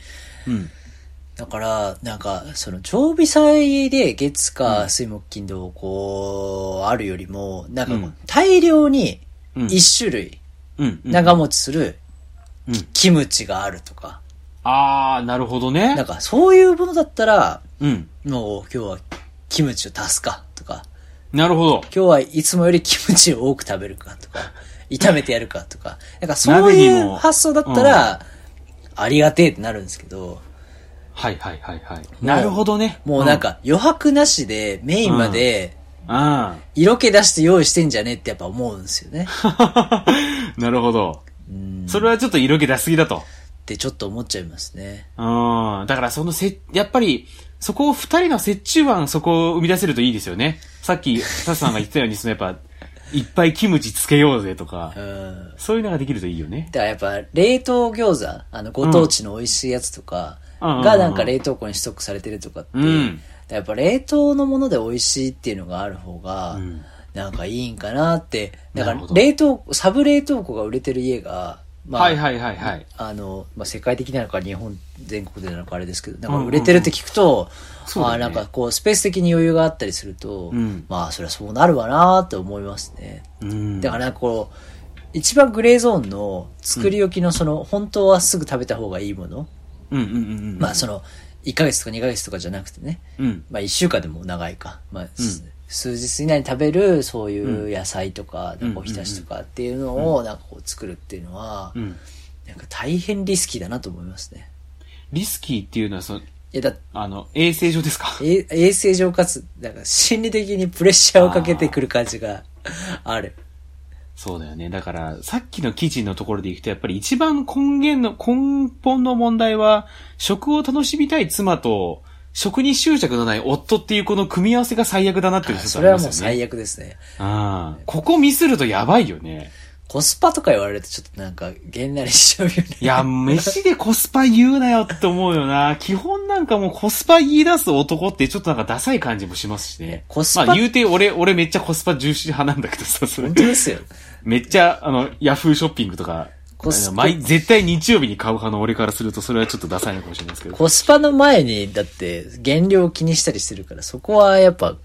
C: うん。
B: だから、なんか、その、常備菜で月火水木金土、こう、あるよりも、なんかこう、
C: うん
B: 大量に
C: うん
B: 一種類
C: うん。うん
B: 長持ちする
C: うん
B: キムチがあるとか、
C: あー、なるほどね
B: なん。かそういうものだったら、
C: うん。
B: もう今日はキムチを足すかとか、
C: なるほど。
B: 今日はいつもよりキムチを多く食べるかとか、炒めてやるかとか、なんかそう
C: 鍋に
B: い
C: も
B: う発想だったら、ありがてえってなるんですけど、
C: はいはいはいはい。なるほどね。
B: もうなん、か余白なしでメインまで
C: うん。あ
B: 色気出して用意してんじゃねえってやっぱ思うんですよね。
C: ー なるほど。それはちょっと色気出しすぎだと。
B: ってちょっと思っちゃいますね。
C: うん。だからそのせ、やっぱり、そこを二人の折衷案、そこを生み出せるといいですよね。さっき、サツさんが言ってたように、そのやっぱ、 いっぱいキムチつけようぜとか
B: う、ん。
C: そういうのができるといいよね。
B: だからやっぱ冷凍餃子、あのご当地の美味しいやつとか
C: うんうんうんうん
B: がなんか冷凍庫にストックされてるとかって、
C: うん
B: だからやっぱ冷凍のもので美味しいっていうのがある方が
C: ん、
B: なんかいいんかなって、だか
C: なる
B: ら
C: ほど
B: 冷凍、サブ冷凍庫が売れてる家が、まあ、
C: はいはいはいはい。
B: あの、まあ、世界的なのか日本全国でなのかあれですけど、なん
C: うんうん
B: か
C: うん
B: 売れてるって聞くと、
C: そうだ
B: あ
C: ね
B: ーなんかこうスペース的に余裕があったりすると、
C: うん
B: まあそりゃそうなるわなーって思いますね。
C: うん。
B: だからなんかこう、一番グレーゾーンの作り置きのその、本当はすぐ食べた方がいいもの、
C: うんうんうんうん。
B: まあその、1ヶ月とか2ヶ月とかじゃなくてね、
C: うん。
B: まあ1週間でも長いか、まあ、す数日以内に食べるそういう野菜とか、
C: うん
B: おひたしとかっていうのをなんかこう作るっていうのは、
C: うん。
B: なんか大変リスキーだなと思いますね。
C: リスキーっていうのは、その、
B: いやだ
C: あの、衛生上ですか
B: え衛生上かつ、なんか心理的にプレッシャーをかけてくる感じがある。
C: そうだよね。だから、さっきの記事のところでいくと、やっぱり一番根源の、根本の問題は、食を楽しみたい妻と、食に執着のない夫っていうこの組み合わせが最悪だなっていうのがちょ
B: そ
C: っと
B: れ
C: あ
B: は
C: り
B: も
C: ま
B: う
C: すよね。
B: 最悪ですね。
C: ああここミスるとやばいよね。
B: コスパとか言われるとちょっとなんか、げんなりしちゃうよね。
C: いや、飯でコスパ言うなよって思う よな。基本なんかもうコスパ言い出す男ってちょっとなんかダサい感じもしますしね。
B: コスパ
C: まあ言うて俺、俺めっちゃコスパ重視派なんだけどさ、それ
B: 本当ですよ。
C: めっちゃ、あの、ヤフーショッピングとか、
B: コス
C: あの毎絶対日曜日に買う派の俺からすると、それはちょっとダサいのかもしれないですけど。
B: コスパの前に、だって、減量を気にしたりしてるから、そこはやっぱ、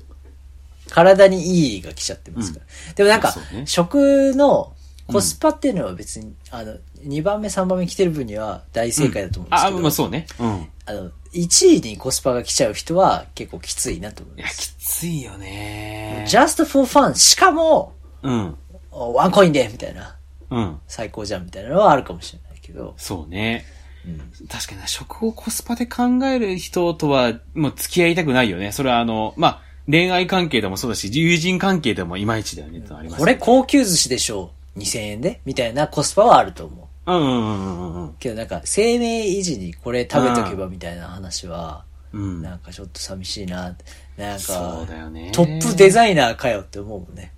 B: 体にいいが来ちゃってますから。でもなんか
C: そうね、
B: 食のコスパっていうのは別に、あの、2番目、3番目来てる分には大正解だと思うんです
C: あ、
B: けど、
C: まあそうね。うん。
B: あの、1位にコスパが来ちゃう人は結構きついなと思い
C: い
B: ま
C: や、
B: す。
C: きついよね。
B: just for fun。しかも、
C: うん。
B: おワンコインでみたいな。
C: うん。
B: 最高じゃんみたいなのはあるかもしれないけど。
C: そうね。
B: うん
C: 確かにな、食をコスパで考える人とは、もう付き合いたくないよね。それはあの、まあ、恋愛関係でもそうだし、友人関係でもいまいちだよね、とあります
B: これ高級寿司でしょう。2000円でみたいなコスパはあると思う。
C: うんうんうんうんうん
B: けどなんか、生命維持にこれ食べとけばみたいな話は、
C: うん。うん。
B: なんかちょっと寂しいなって。なん
C: そう
B: か、
C: だよね。
B: トップデザイナーかよって思うも んね。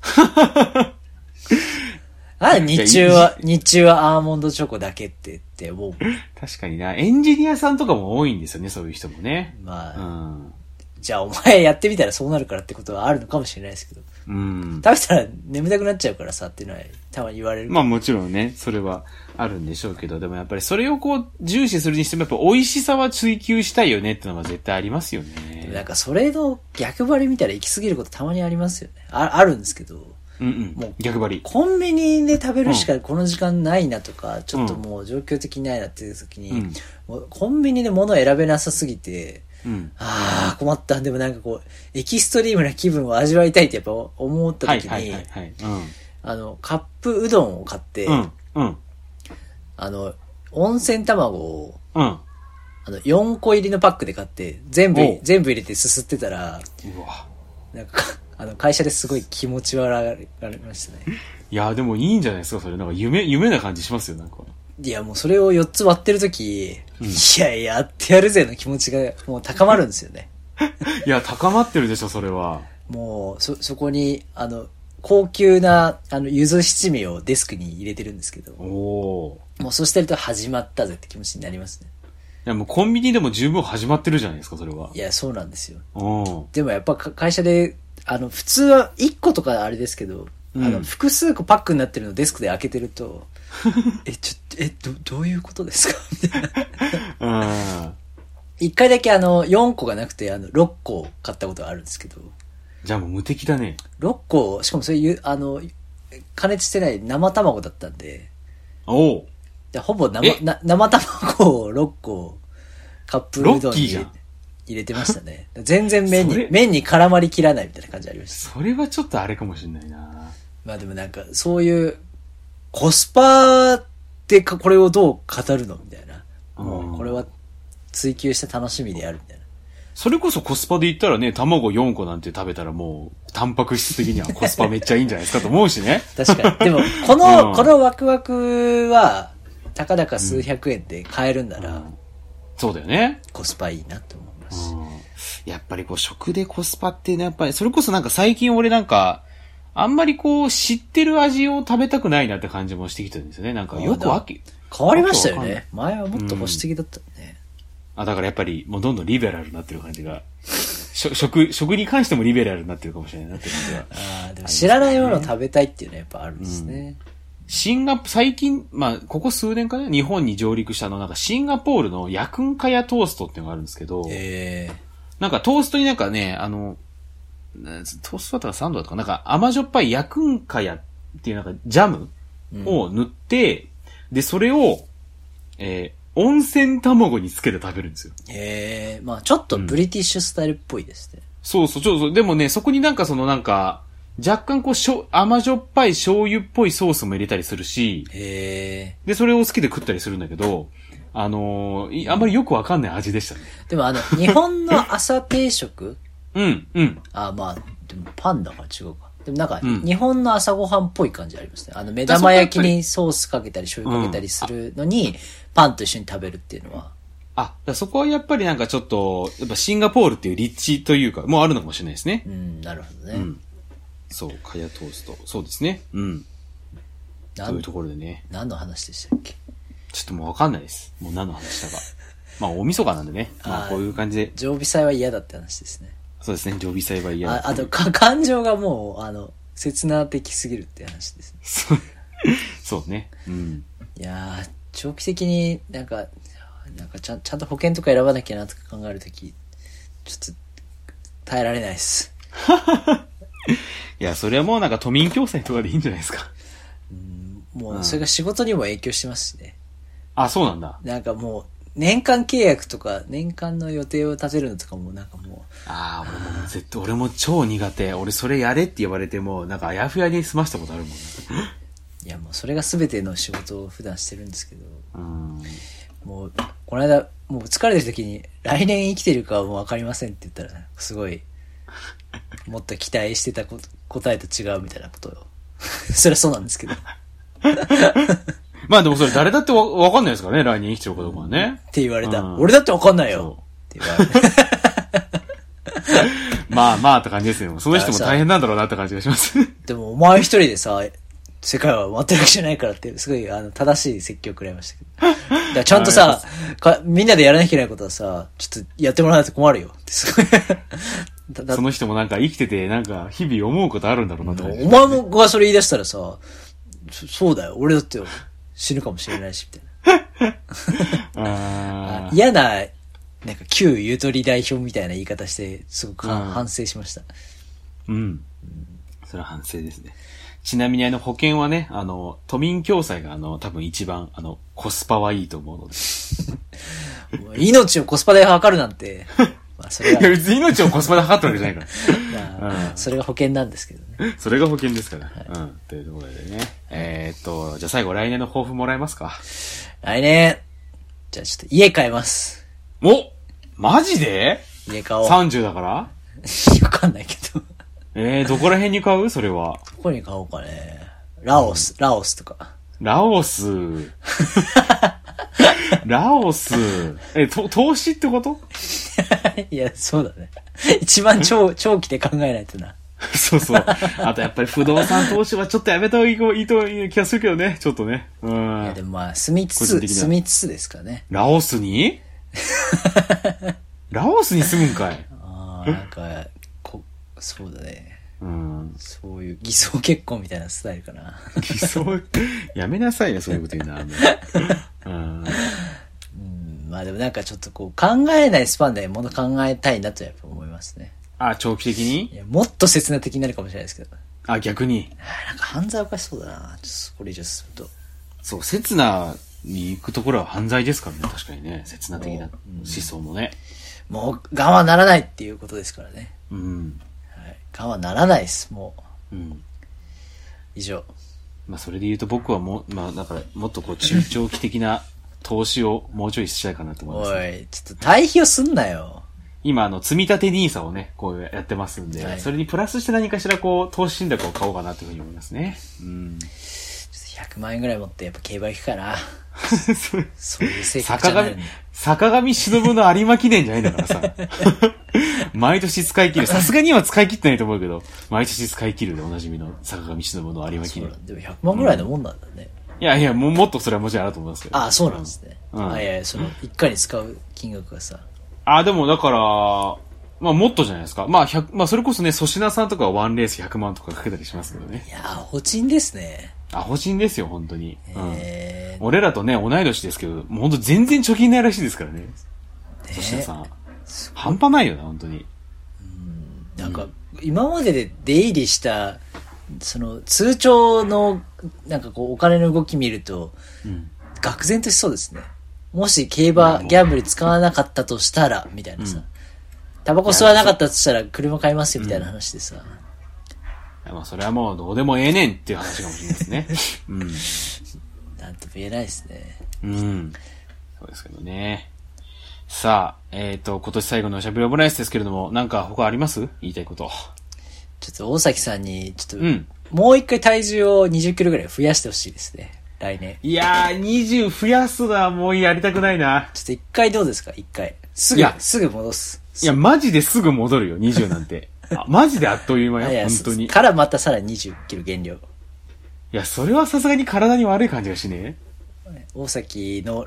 B: あ日中は、日中はアーモンドチョコだけってって思うもん。
C: 確かにな。エンジニアさんとかも多いんですよね、そういう人もね。
B: ま
C: う
B: あ、
C: ん。
B: じゃあお前やってみたらそうなるからってことはあるのかもしれないですけど。
C: うん。
B: 食べたら眠たくなっちゃうからさっていうのはたまに言われる。
C: まあもちろんね、それはあるんでしょうけど、でもやっぱりそれをこう重視するにしてもやっぱ美味しさは追求したいよねってのは絶対ありますよ
B: でもなん
C: ね。
B: かそれの逆張りみたいな行き過ぎることたまにありますよね。ああるんですけど、
C: うんうん。
B: もう
C: 逆張り。
B: コンビニで食べるしかこの時間ないなとか、ちょっともう状況的にないなっていう時に、
C: うん
B: もうコンビニで物を選べなさすぎて、
C: うん。
B: ああ、困った。でもなんかこう、エキストリームな気分を味わいたいってやっぱ思った
C: はい
B: 時に、
C: はいはいはい。
B: あの、カップうどんを買って、
C: うん。うん。うん。
B: あの、温泉卵を、
C: うん。
B: あの、4個入りのパックで買って、全部
C: おう、
B: 全部入れてすすってたら、
C: うわ。
B: なんか、 あの、会社ですごい気持ち悪がれましたね。
C: いや、でもいいんじゃないですか、それ。なんか夢、夢な感じしますよ、なんか。
B: いや、もうそれを4つ割ってる時、いや、やってやるぜの気持ちがもう高まるんですよね。
C: いや、高まってるでしょ、それは。
B: もう、そ、そこに、あの、高級な、あの、柚子七味をデスクに入れてるんですけど、
C: おおー。
B: もうそうしてると始まったぜって気持ちになりますね。
C: いや、もうコンビニでも十分始まってるじゃないですか、それは。
B: いや、そうなんですよ。
C: うん。
B: でもやっぱか会社で、あの、普通は1個とかあれですけど、
C: うん
B: あの、複数個パックになってるのをデスクで開けてる と、え、ちょ、え、ど、どういうことですかみたいな。
C: うん。
B: 一回だけあの、4個がなくて、あの、6個買ったことがあるんですけど、
C: じゃあもう無敵だね。
B: 6個、しかもそれゆ、あの、加熱してない生卵だったんで、
C: おお。
B: でほぼ
C: え
B: 生、な生卵を6個、カップう
C: ロ
B: ど
C: ッ
B: ん
C: キー
B: に
C: じゃ
B: 入
C: ん
B: れ入れてましたね。全然麺
C: そ
B: に
C: れ、
B: 麺に絡まりきらないみたいな感じありました。
C: それはちょっとあれかもしれないな。
B: まあでもなんか、そういう、コスパでか、これをどう語るのみたいな。も
C: うん
B: う、これは追求して楽しみでやるみたいな。
C: それこそコスパで言ったらね、卵4個なんて食べたらもう、タンパク質的 にはコスパめっちゃいいんじゃないですかと思うしね。
B: 確かに。 でも、この、
C: うん
B: このワクワクは、たかだか数百円で買えるんなら、
C: そうだよね。
B: コスパいいなと思います。
C: やっぱりこう食でコスパってね、やっぱりそれこそなんか最近俺なんか、あんまりこう知ってる味を食べたくないなって感じもしてきてるんですよね。なんかよくわけ、
B: 変わりましたよ
C: わけわ
B: ね。前はもっと保守的だったよね。
C: あ、だからやっぱりもうどんどんリベラルになってる感じが、しょ食、食に関してもリベラルになってるかもしれないなって感じが。
B: ああ、でも知らないものを食べたいっていうのはやっぱあるんですね。
C: シンガポ、最近、まあ、ここ数年かな日本に上陸したあの、なんかシンガポールのヤクンカヤトーストっていうのがあるんですけど、
B: ええ
C: なんかトーストになんかね、あの、なトーストだったかサンドだったか、なんか甘じょっぱいヤクンカヤっていうなんかジャムを塗って、で、それを、えー温泉卵につけて食べるんですよ。
B: ええまあちょっとブリティッシュスタイルっぽいですね。
C: そうそう、ちょっと、でもね、そこになんかそのなんか、若干こう、しょ甘じょっぱい醤油っぽいソースも入れたりするし、
B: ええ
C: で、それを好きで食ったりするんだけど、あのーいあんまりよくわかんない味でしたね。
B: でもあの、日本の朝定食
C: うん、うん。
B: あまあ、でもパンだから違うか。でもなんか、
C: うん
B: 日本の朝ごはんっぽい感じありますね。あの、目玉焼きにソースかけたり醤油かけたりするのに、パンと一緒に食べるっていうのは。
C: あ、だからそこはやっぱりなんかちょっと、やっぱシンガポールっていう立地というか、もうあるのかもしれないですね
B: う。ん、なるほどね。
C: うん。そう、カヤトースト。そうですね。うん。
B: な
C: というんところでね。
B: 何の話でしたっけ
C: ちょっともうわかんないです。もう何の話した か。まあ、大晦日なんでね。まあ、
B: あー
C: こういう感じで。
B: 常備菜は嫌だって話ですね。
C: そうですね。常備栽培や
B: ああとか、感情がもう、あの、切な的すぎるって話ですね。
C: そう そうね。うん。
B: いやー、長期的になんか、なんかちゃんちゃんと保険とか選ばなきゃなとか考えるとき、ちょっと耐えられないです。
C: いや、それはもうなんか都民共済とかでいいんじゃないですか。
B: もうそれが仕事にも影響してますしね。
C: あ、そうなんだ。
B: なんかもう、年間契約とか、年間の予定を立てるのとかも、なんかも
C: ああ、俺も絶対、俺も超苦手。俺それやれって言われても、なんかあやふやに済ましたことあるもんね。
B: う、いやもうそれが全ての仕事を普段してるんですけど、
C: うん。
B: もう、この間、もう疲れてる時に、来年生きてるかはもうわかりませんって言ったら、すごい、もっと期待してたこと答えと違うみたいなことを。 そりゃそうなんですけど。っ
C: まあでもそれ誰だってわわかんないですからね、来年生きてるかどうかはね。
B: て言われた。
C: うん
B: 俺だってわかんないよって言われた。
C: まあまあって感じですよ。その人も大変なんだろうなって感じがします。
B: でも、お前一人でさ、世界は全く知らないからって、すごい、あの、正しい説教をくれましたけど。だからちゃんとさ、かみんなでやらなきゃいけないことはさ、ちょっとやってもらわないと困るよって、 すごい。だだ
C: その人もなんか生きてて、なんか日々思うことあるんだろうなって感じ
B: お前もがそれ言い出したらさ、そそうだよ、俺だって死ぬかもしれないし、みたい
C: あ
B: な。
C: ー
B: 嫌な、なんか旧ゆとり代表みたいな言い方して、すごくは
C: うん
B: 反省しました。
C: うん。それは反省ですね。ちなみにあの保険はね、あの、都民共済があの、多分一番、あの、コスパはいいと思うので。
B: 命をコスパで測るなんて、ままあ、それが
C: いや、、別に命をコスパで測ってるわけじゃないから。
B: まあそれが保険なんですけどね。
C: それが保険ですから。うん。というところでね。えー、っと、じゃあ最後、来年の抱負もらえますか
B: 来年、じゃあちょっと家買います。
C: おマジで
B: 家買おう。わ
C: ?30 だから
B: かんないけど。
C: えー、どこら辺に買 うそれは。
B: どこに買おうかね。ラオス、ラオスとか。
C: ラオ ス。ラオス。え、と、投資ってこと
B: いや、そうだね。一番長、長期で考えないとな。
C: そうそう。あとやっぱり不動産投資はちょっとやめた方がいいいいという気がするけどね。ちょっとね。う
B: いや、
C: ん。
B: でもまあ、住みつ
C: 個人
B: つ、
C: 的には
B: 住みつつですからね。
C: ラオス にラオスに住むんかい。
B: ああ、なんか、こ、そうだね。
C: うん。
B: そういう偽装結婚みたいなスタイルかな。
C: 偽装、やめなさいね、そういうこと言うな。うん。
B: うん、まあでもなんかちょっとこう、考えないスパンでもの考えたいなとやっぱ思いますね。
C: あ、長期的
B: い
C: に
B: や、もっと切な的になるかもしれないですけど。
C: あ、逆に。
B: あーなんか犯罪犯しそうだな。ちょっとこれ以上すると。
C: そう、刹那に行くところは犯罪ですからね、確かにね。刹那的な思想もね。
B: もう我慢ならないっていうことですからね。
C: うん。
B: はい、我慢ならないです、もう。
C: うん。
B: 以上。
C: まあ、それで言うと僕はもう、まあ、だから、もっとこう、中長期的な投資をもうちょいしたいかなと思いま
B: お
C: す、ね。
B: い、ちょっと対比をすんなよ。
C: 今、あの、積み立て NISA をね、こうやってますんで、
B: はい
C: それにプラスして何かしらこう、投資信託を買おうかなというふうに思いますね。うん。
B: ちょっと100万円ぐらい持ってやっぱ競馬行くかな。
C: それ
B: そういう性格じゃ
C: 坂
B: ないの
C: 上
B: に。、
C: 坂上忍の有馬記念じゃないんだからさ。毎年使い切る。さすがには使い切ってないと思うけど、毎年使い切るでおなじみの坂上忍の有馬記
B: そう
C: 念。い
B: なんでも100万ぐらいのもんなんだね。
C: やいや、もうもっとそれはもちろんあると思いますけど。
B: ああ、そうなんですね。
C: うん
B: あいやいや、その、一回に使う金額がさ。
C: あ、でもだから、まあもっとじゃないですか。まあ100、まあそれこそね、粗品さんとかはワンレース100万とかかけたりしますけどね
B: い。やー、補賃ですね。
C: アホ人ですよ、本当に。うん。
B: え
C: 俺らとね、同い年ですけど、もう本当全然貯金ないらしいですからね。
B: ー、
C: 粗品さん。
B: す
C: 半端ないよな、本当に。
B: なんか、今までで出入りした、その、通帳の、なんかこう、お金の動き見ると、
C: うん。
B: 愕然としそうですね。もし競馬、ギャンブル使わなかったとしたら、みたいなさ。タバコ吸わなかったとしたら、車買いますよ、みたいな話でさ。
C: まあ、それはもうどうでもええねんっていう話かもしれないですね。
B: なんとも言えないですね。
C: うん。うん。そうですけどね。さあ、えっ、と、今年最後のおしゃべりオブライスですけれども、なんか他あります言いたいこと。
B: ちょっと大崎さんに、ちょっと、
C: うん
B: もう一回体重を20キロぐらい増やしてほしいですね。来年。
C: いやー、20増やすのはもうやりたくないな。
B: ちょっと一回どうですか一回。す
C: い
B: ぐ
C: や、
B: すぐ戻す。
C: いや、マジですぐ戻るよ、20な んて。あマジであっという間
B: いや
C: よ、本当に。い
B: からまたさらに20キロ減量。
C: や、それはさすがに体に悪い感じがしね
B: 大崎の、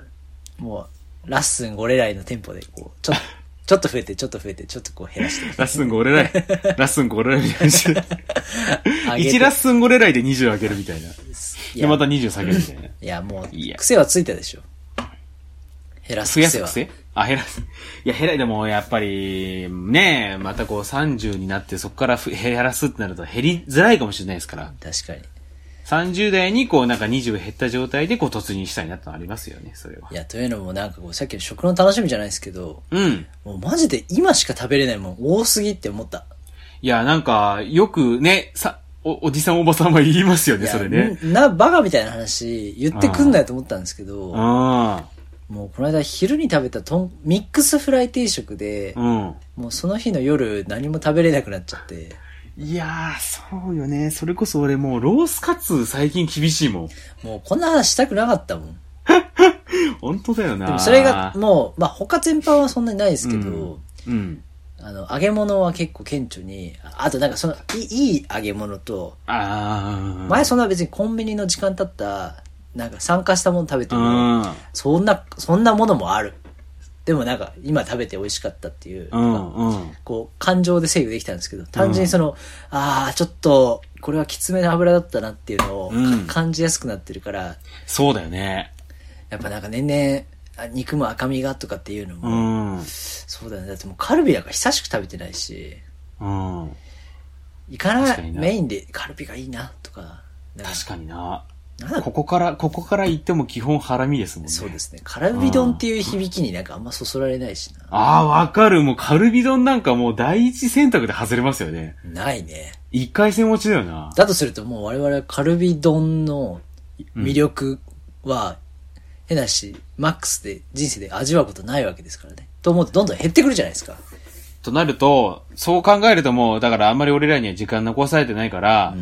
B: もう、ラッスンゴレライの店舗で、こう、ちょっと、ちょっと増えて、ちょっと増えて、ちょっとこう減ら して。
C: ラッスンゴ 俺らい。ラッスンゴ俺らいみたいにして。
B: 上げて
C: 1ラッスンゴ俺らいで20上げるみたいな。
B: い
C: で、
B: や、
C: また20下げるみたいな。
B: いやもう
C: いや、
B: 癖はついたでしょ。減らす
C: 増やす
B: 癖は。
C: 癖あ、減らす。いや、減ら、でも、やっぱり、ねえ、またこう30になって、そこからふ減らすってなると減りづらいかもしれないですから。
B: 確かに。
C: 30代にこう、なんか20減った状態でこう突入したいなってのありますよね、それは。
B: いや、というのもなんかこう、さっきの食の楽しみじゃないですけど、
C: うん。
B: もうマジで今しか食べれないもん多すぎって思った。
C: いや、なんか、よくね、さ、お、おじさんおばさんは言いますよね、
B: いや
C: それね。
B: んな、バカみたいな話、言ってくんないと思ったんですけど、
C: うん。
B: もうこの間昼に食べたとんミックスフライ定食で、
C: うん。
B: もうその日の夜何も食べれなくなっちゃって、
C: いやー、そうよね。それこそ俺もう、ロースカツ最近厳しいもん。
B: もうこんな話したくなかったもん。
C: 本当だよな。
B: でもそれが、もう、まあ他全般はそんなにないですけど、
C: うん。
B: あの、揚げ物は結構顕著に、ああとなんかその、いいい揚げ物と、
C: あー。
B: 前そんな別にコンビニの時間経った、なんか酸化したもの食べても、
C: うん。
B: そんな、そんなものもある。でもなんか今食べて美味しかったっていう、
C: うん、うん。
B: こう、感情で制御できたんですけど、単純にその、ああ、ちょっと、これはきつめの油だったなっていうのをか
C: うん
B: 感じやすくなってるから、
C: そうだよね。
B: やっぱなんか年々、あ肉も赤身がとかっていうの
C: う
B: も、
C: ん。うん。
B: そうだよね。だってもうカルビなんか久しく食べてないし、行か
C: 確
B: な
C: か
B: い
C: にな
B: メインでカルビがいいなとかなんか
C: 確かにな。ここから、ここから行っても基本ハラミですもんね。
B: そうですね。カルビ丼っていう響きになんかあんまそそられないしな。
C: ああ、わかる。もうカルビ丼なんかもう第一選択で外れますよね。
B: ないね。
C: 一回戦落ちだよな。
B: だとするともう我々はカルビ丼の魅力は、変なし、マックスで人生で味わうことないわけですからね。と思うとどんどん減ってくるじゃないですか。
C: となると、そう考えるともう、だからあんまり俺らには時間残されてないから、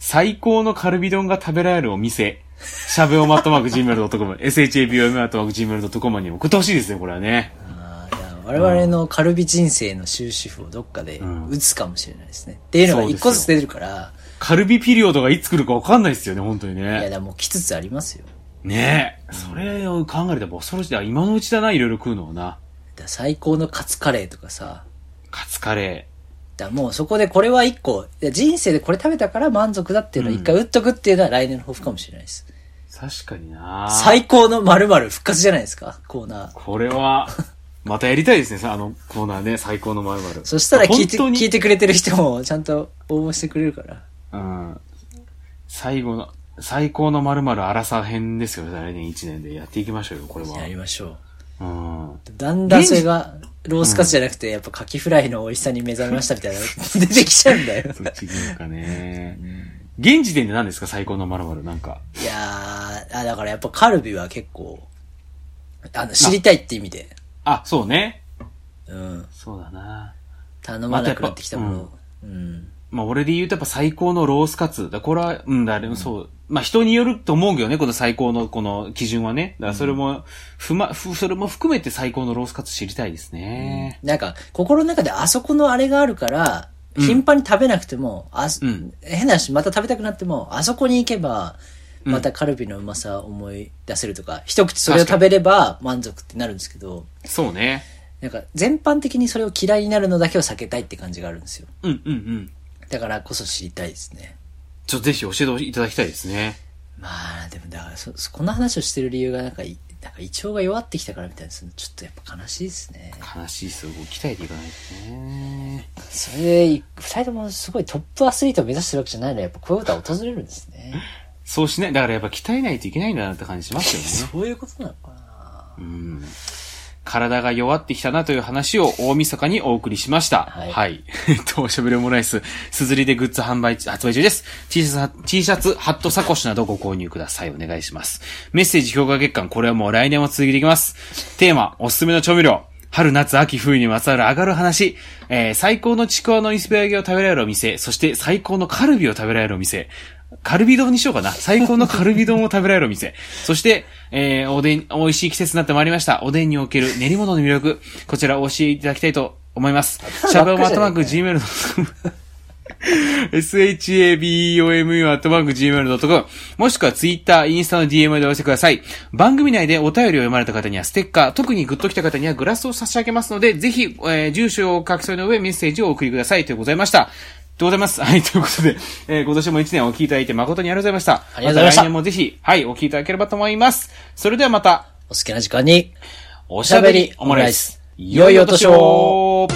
C: 最高のカルビ丼が食べられるお店、しゃべおまっとまく gmail.com、shabom っとまく gmail.com に送ってほしいですね、これはね。
B: あーいや我々のカルビ人生の終止符をどっかで
C: ん
B: 打つかもしれないですね。っていうのが一個ずつ出てるから、
C: カルビピリオドがいつ来るかわかんないですよね、本当に
B: いや
C: ね。
B: でもう来つつありますよ。
C: ねえ。それを考えると恐ろしい。あ今のうちだな、いろいろ食うのはな。
B: だから最高のカツカレーとかさ、
C: カツカレ
B: だからもうそこでこれは一個、いや人生でこれ食べたから満足だっていうのを一回打っとくっていうのは来年の抱負かもしれないです。
C: ー。確かにな
B: 最高の〇〇復活じゃないですか、コーナー。
C: これは、 またやりたいですね、さあのコーナーね、最高のまるまる。
B: そしたら聞いて、
C: 本当に
B: 聞いてくれてる人もちゃんと応募してくれるから。
C: うん。最後の、最高のまるまる荒さ編ですよ、来年1年でやっていきましょうよ、これ
B: やり
C: は。
B: ましょう。
C: うん。
B: だんだんそれが、ロースカツじゃなくて、やっぱカキフライの美味しさに目覚めましたみたいなの 出てきちゃうんだよ。
C: そっち行くのか ね。現時点で何ですか、最高のまるまるなんか。
B: いやー、あ、だからやっぱカルビは結構、あの、知りたいって意味で、
C: あ、そうね。
B: うん、
C: そうだな。
B: 頼まなくなってきたものを、うん。
C: まあ俺で言うとやっぱ最高のロースカツ。だこれは、うんだ、でもそう。まあ人によると思うけどね、この最高のこの基準はね。だからそれも、ふま、ふ、それも含めて最高のロースカツ知りたいですね。
B: なんか、心の中であそこのあれがあるから、頻繁に食べなくても、あす
C: うん
B: 変な話、また食べたくなっても、あそこに行けば、またカルビのうまさを思い出せるとか、一口それを食べれば満足ってなるんですけど、
C: そうね。
B: なんか全般的にそれを嫌いになるのだけを避けたいって感じがあるんですよ。
C: うんうんうん。
B: だからこそ知りたいですね。
C: ちょっとぜひ教えていただきたいですね。
B: まあ、でもだからそ、そこの話をしてる理由がなんかい、なんか胃腸が弱ってきたからみたいな、そのちょっとやっぱ悲しいですね。
C: 悲しいですよ。こう鍛えていかないとね。
B: それで、い二人ともすごいトップアスリートを目指してるわけじゃないのやっぱこういうことは訪れるんですね。
C: そうしない。だからやっぱ鍛えないといけないんだなって感じしますよね。
B: そういうことなのかな
C: うん体が弱ってきたなという話を大晦日にお送りしました。
B: は
C: はいい。えっと、しゃべるオムライス、すずりでグッズ販売、発売中です。T シャツ、T シャツ、ハット、サコッシュなどご購入ください。お願いします。メッセージ評価月間、これはもう来年も続けていきます。テーマ、おすすめの調味料。春、夏、秋、冬にまつわる上がる話。えー、最高のちくわの薄揚げを食べられるお店。そして最高のカルビを食べられるお店。カルビ丼にしようかな。最高のカルビ丼を食べられるお店。そして、えー、おでん、美味しい季節になってまいりました。おでんにおける練り物の魅力。こちらお教えいただきたいと思います。しゃべおまとまく gmail.com。shabomu アットマーク gmail.com もしくは Twitter、インスタの DM でお寄せください。番組内でお便りを読まれた方にはステッカー、特にグッときた方にはグラスを差し上げますので、ぜひ、えー住所を書き添えの上メッセージをお送りください。ということでございました。ということでございます。はい、ということで、えー今年も一年お聞きいただいて誠にありがとうございました。
B: ありがとうございました
C: た来年もぜひ、はい、お聞きいただければと思います。それではまた、
B: お好きな時間に。
C: おし
B: ゃ
C: ゃ
B: べ
C: べ
B: り
C: り
B: オ
C: オ
B: ム
C: ム
B: ラ
C: ラ
B: イ
C: イ
B: ス
C: ス。
B: 良いお年を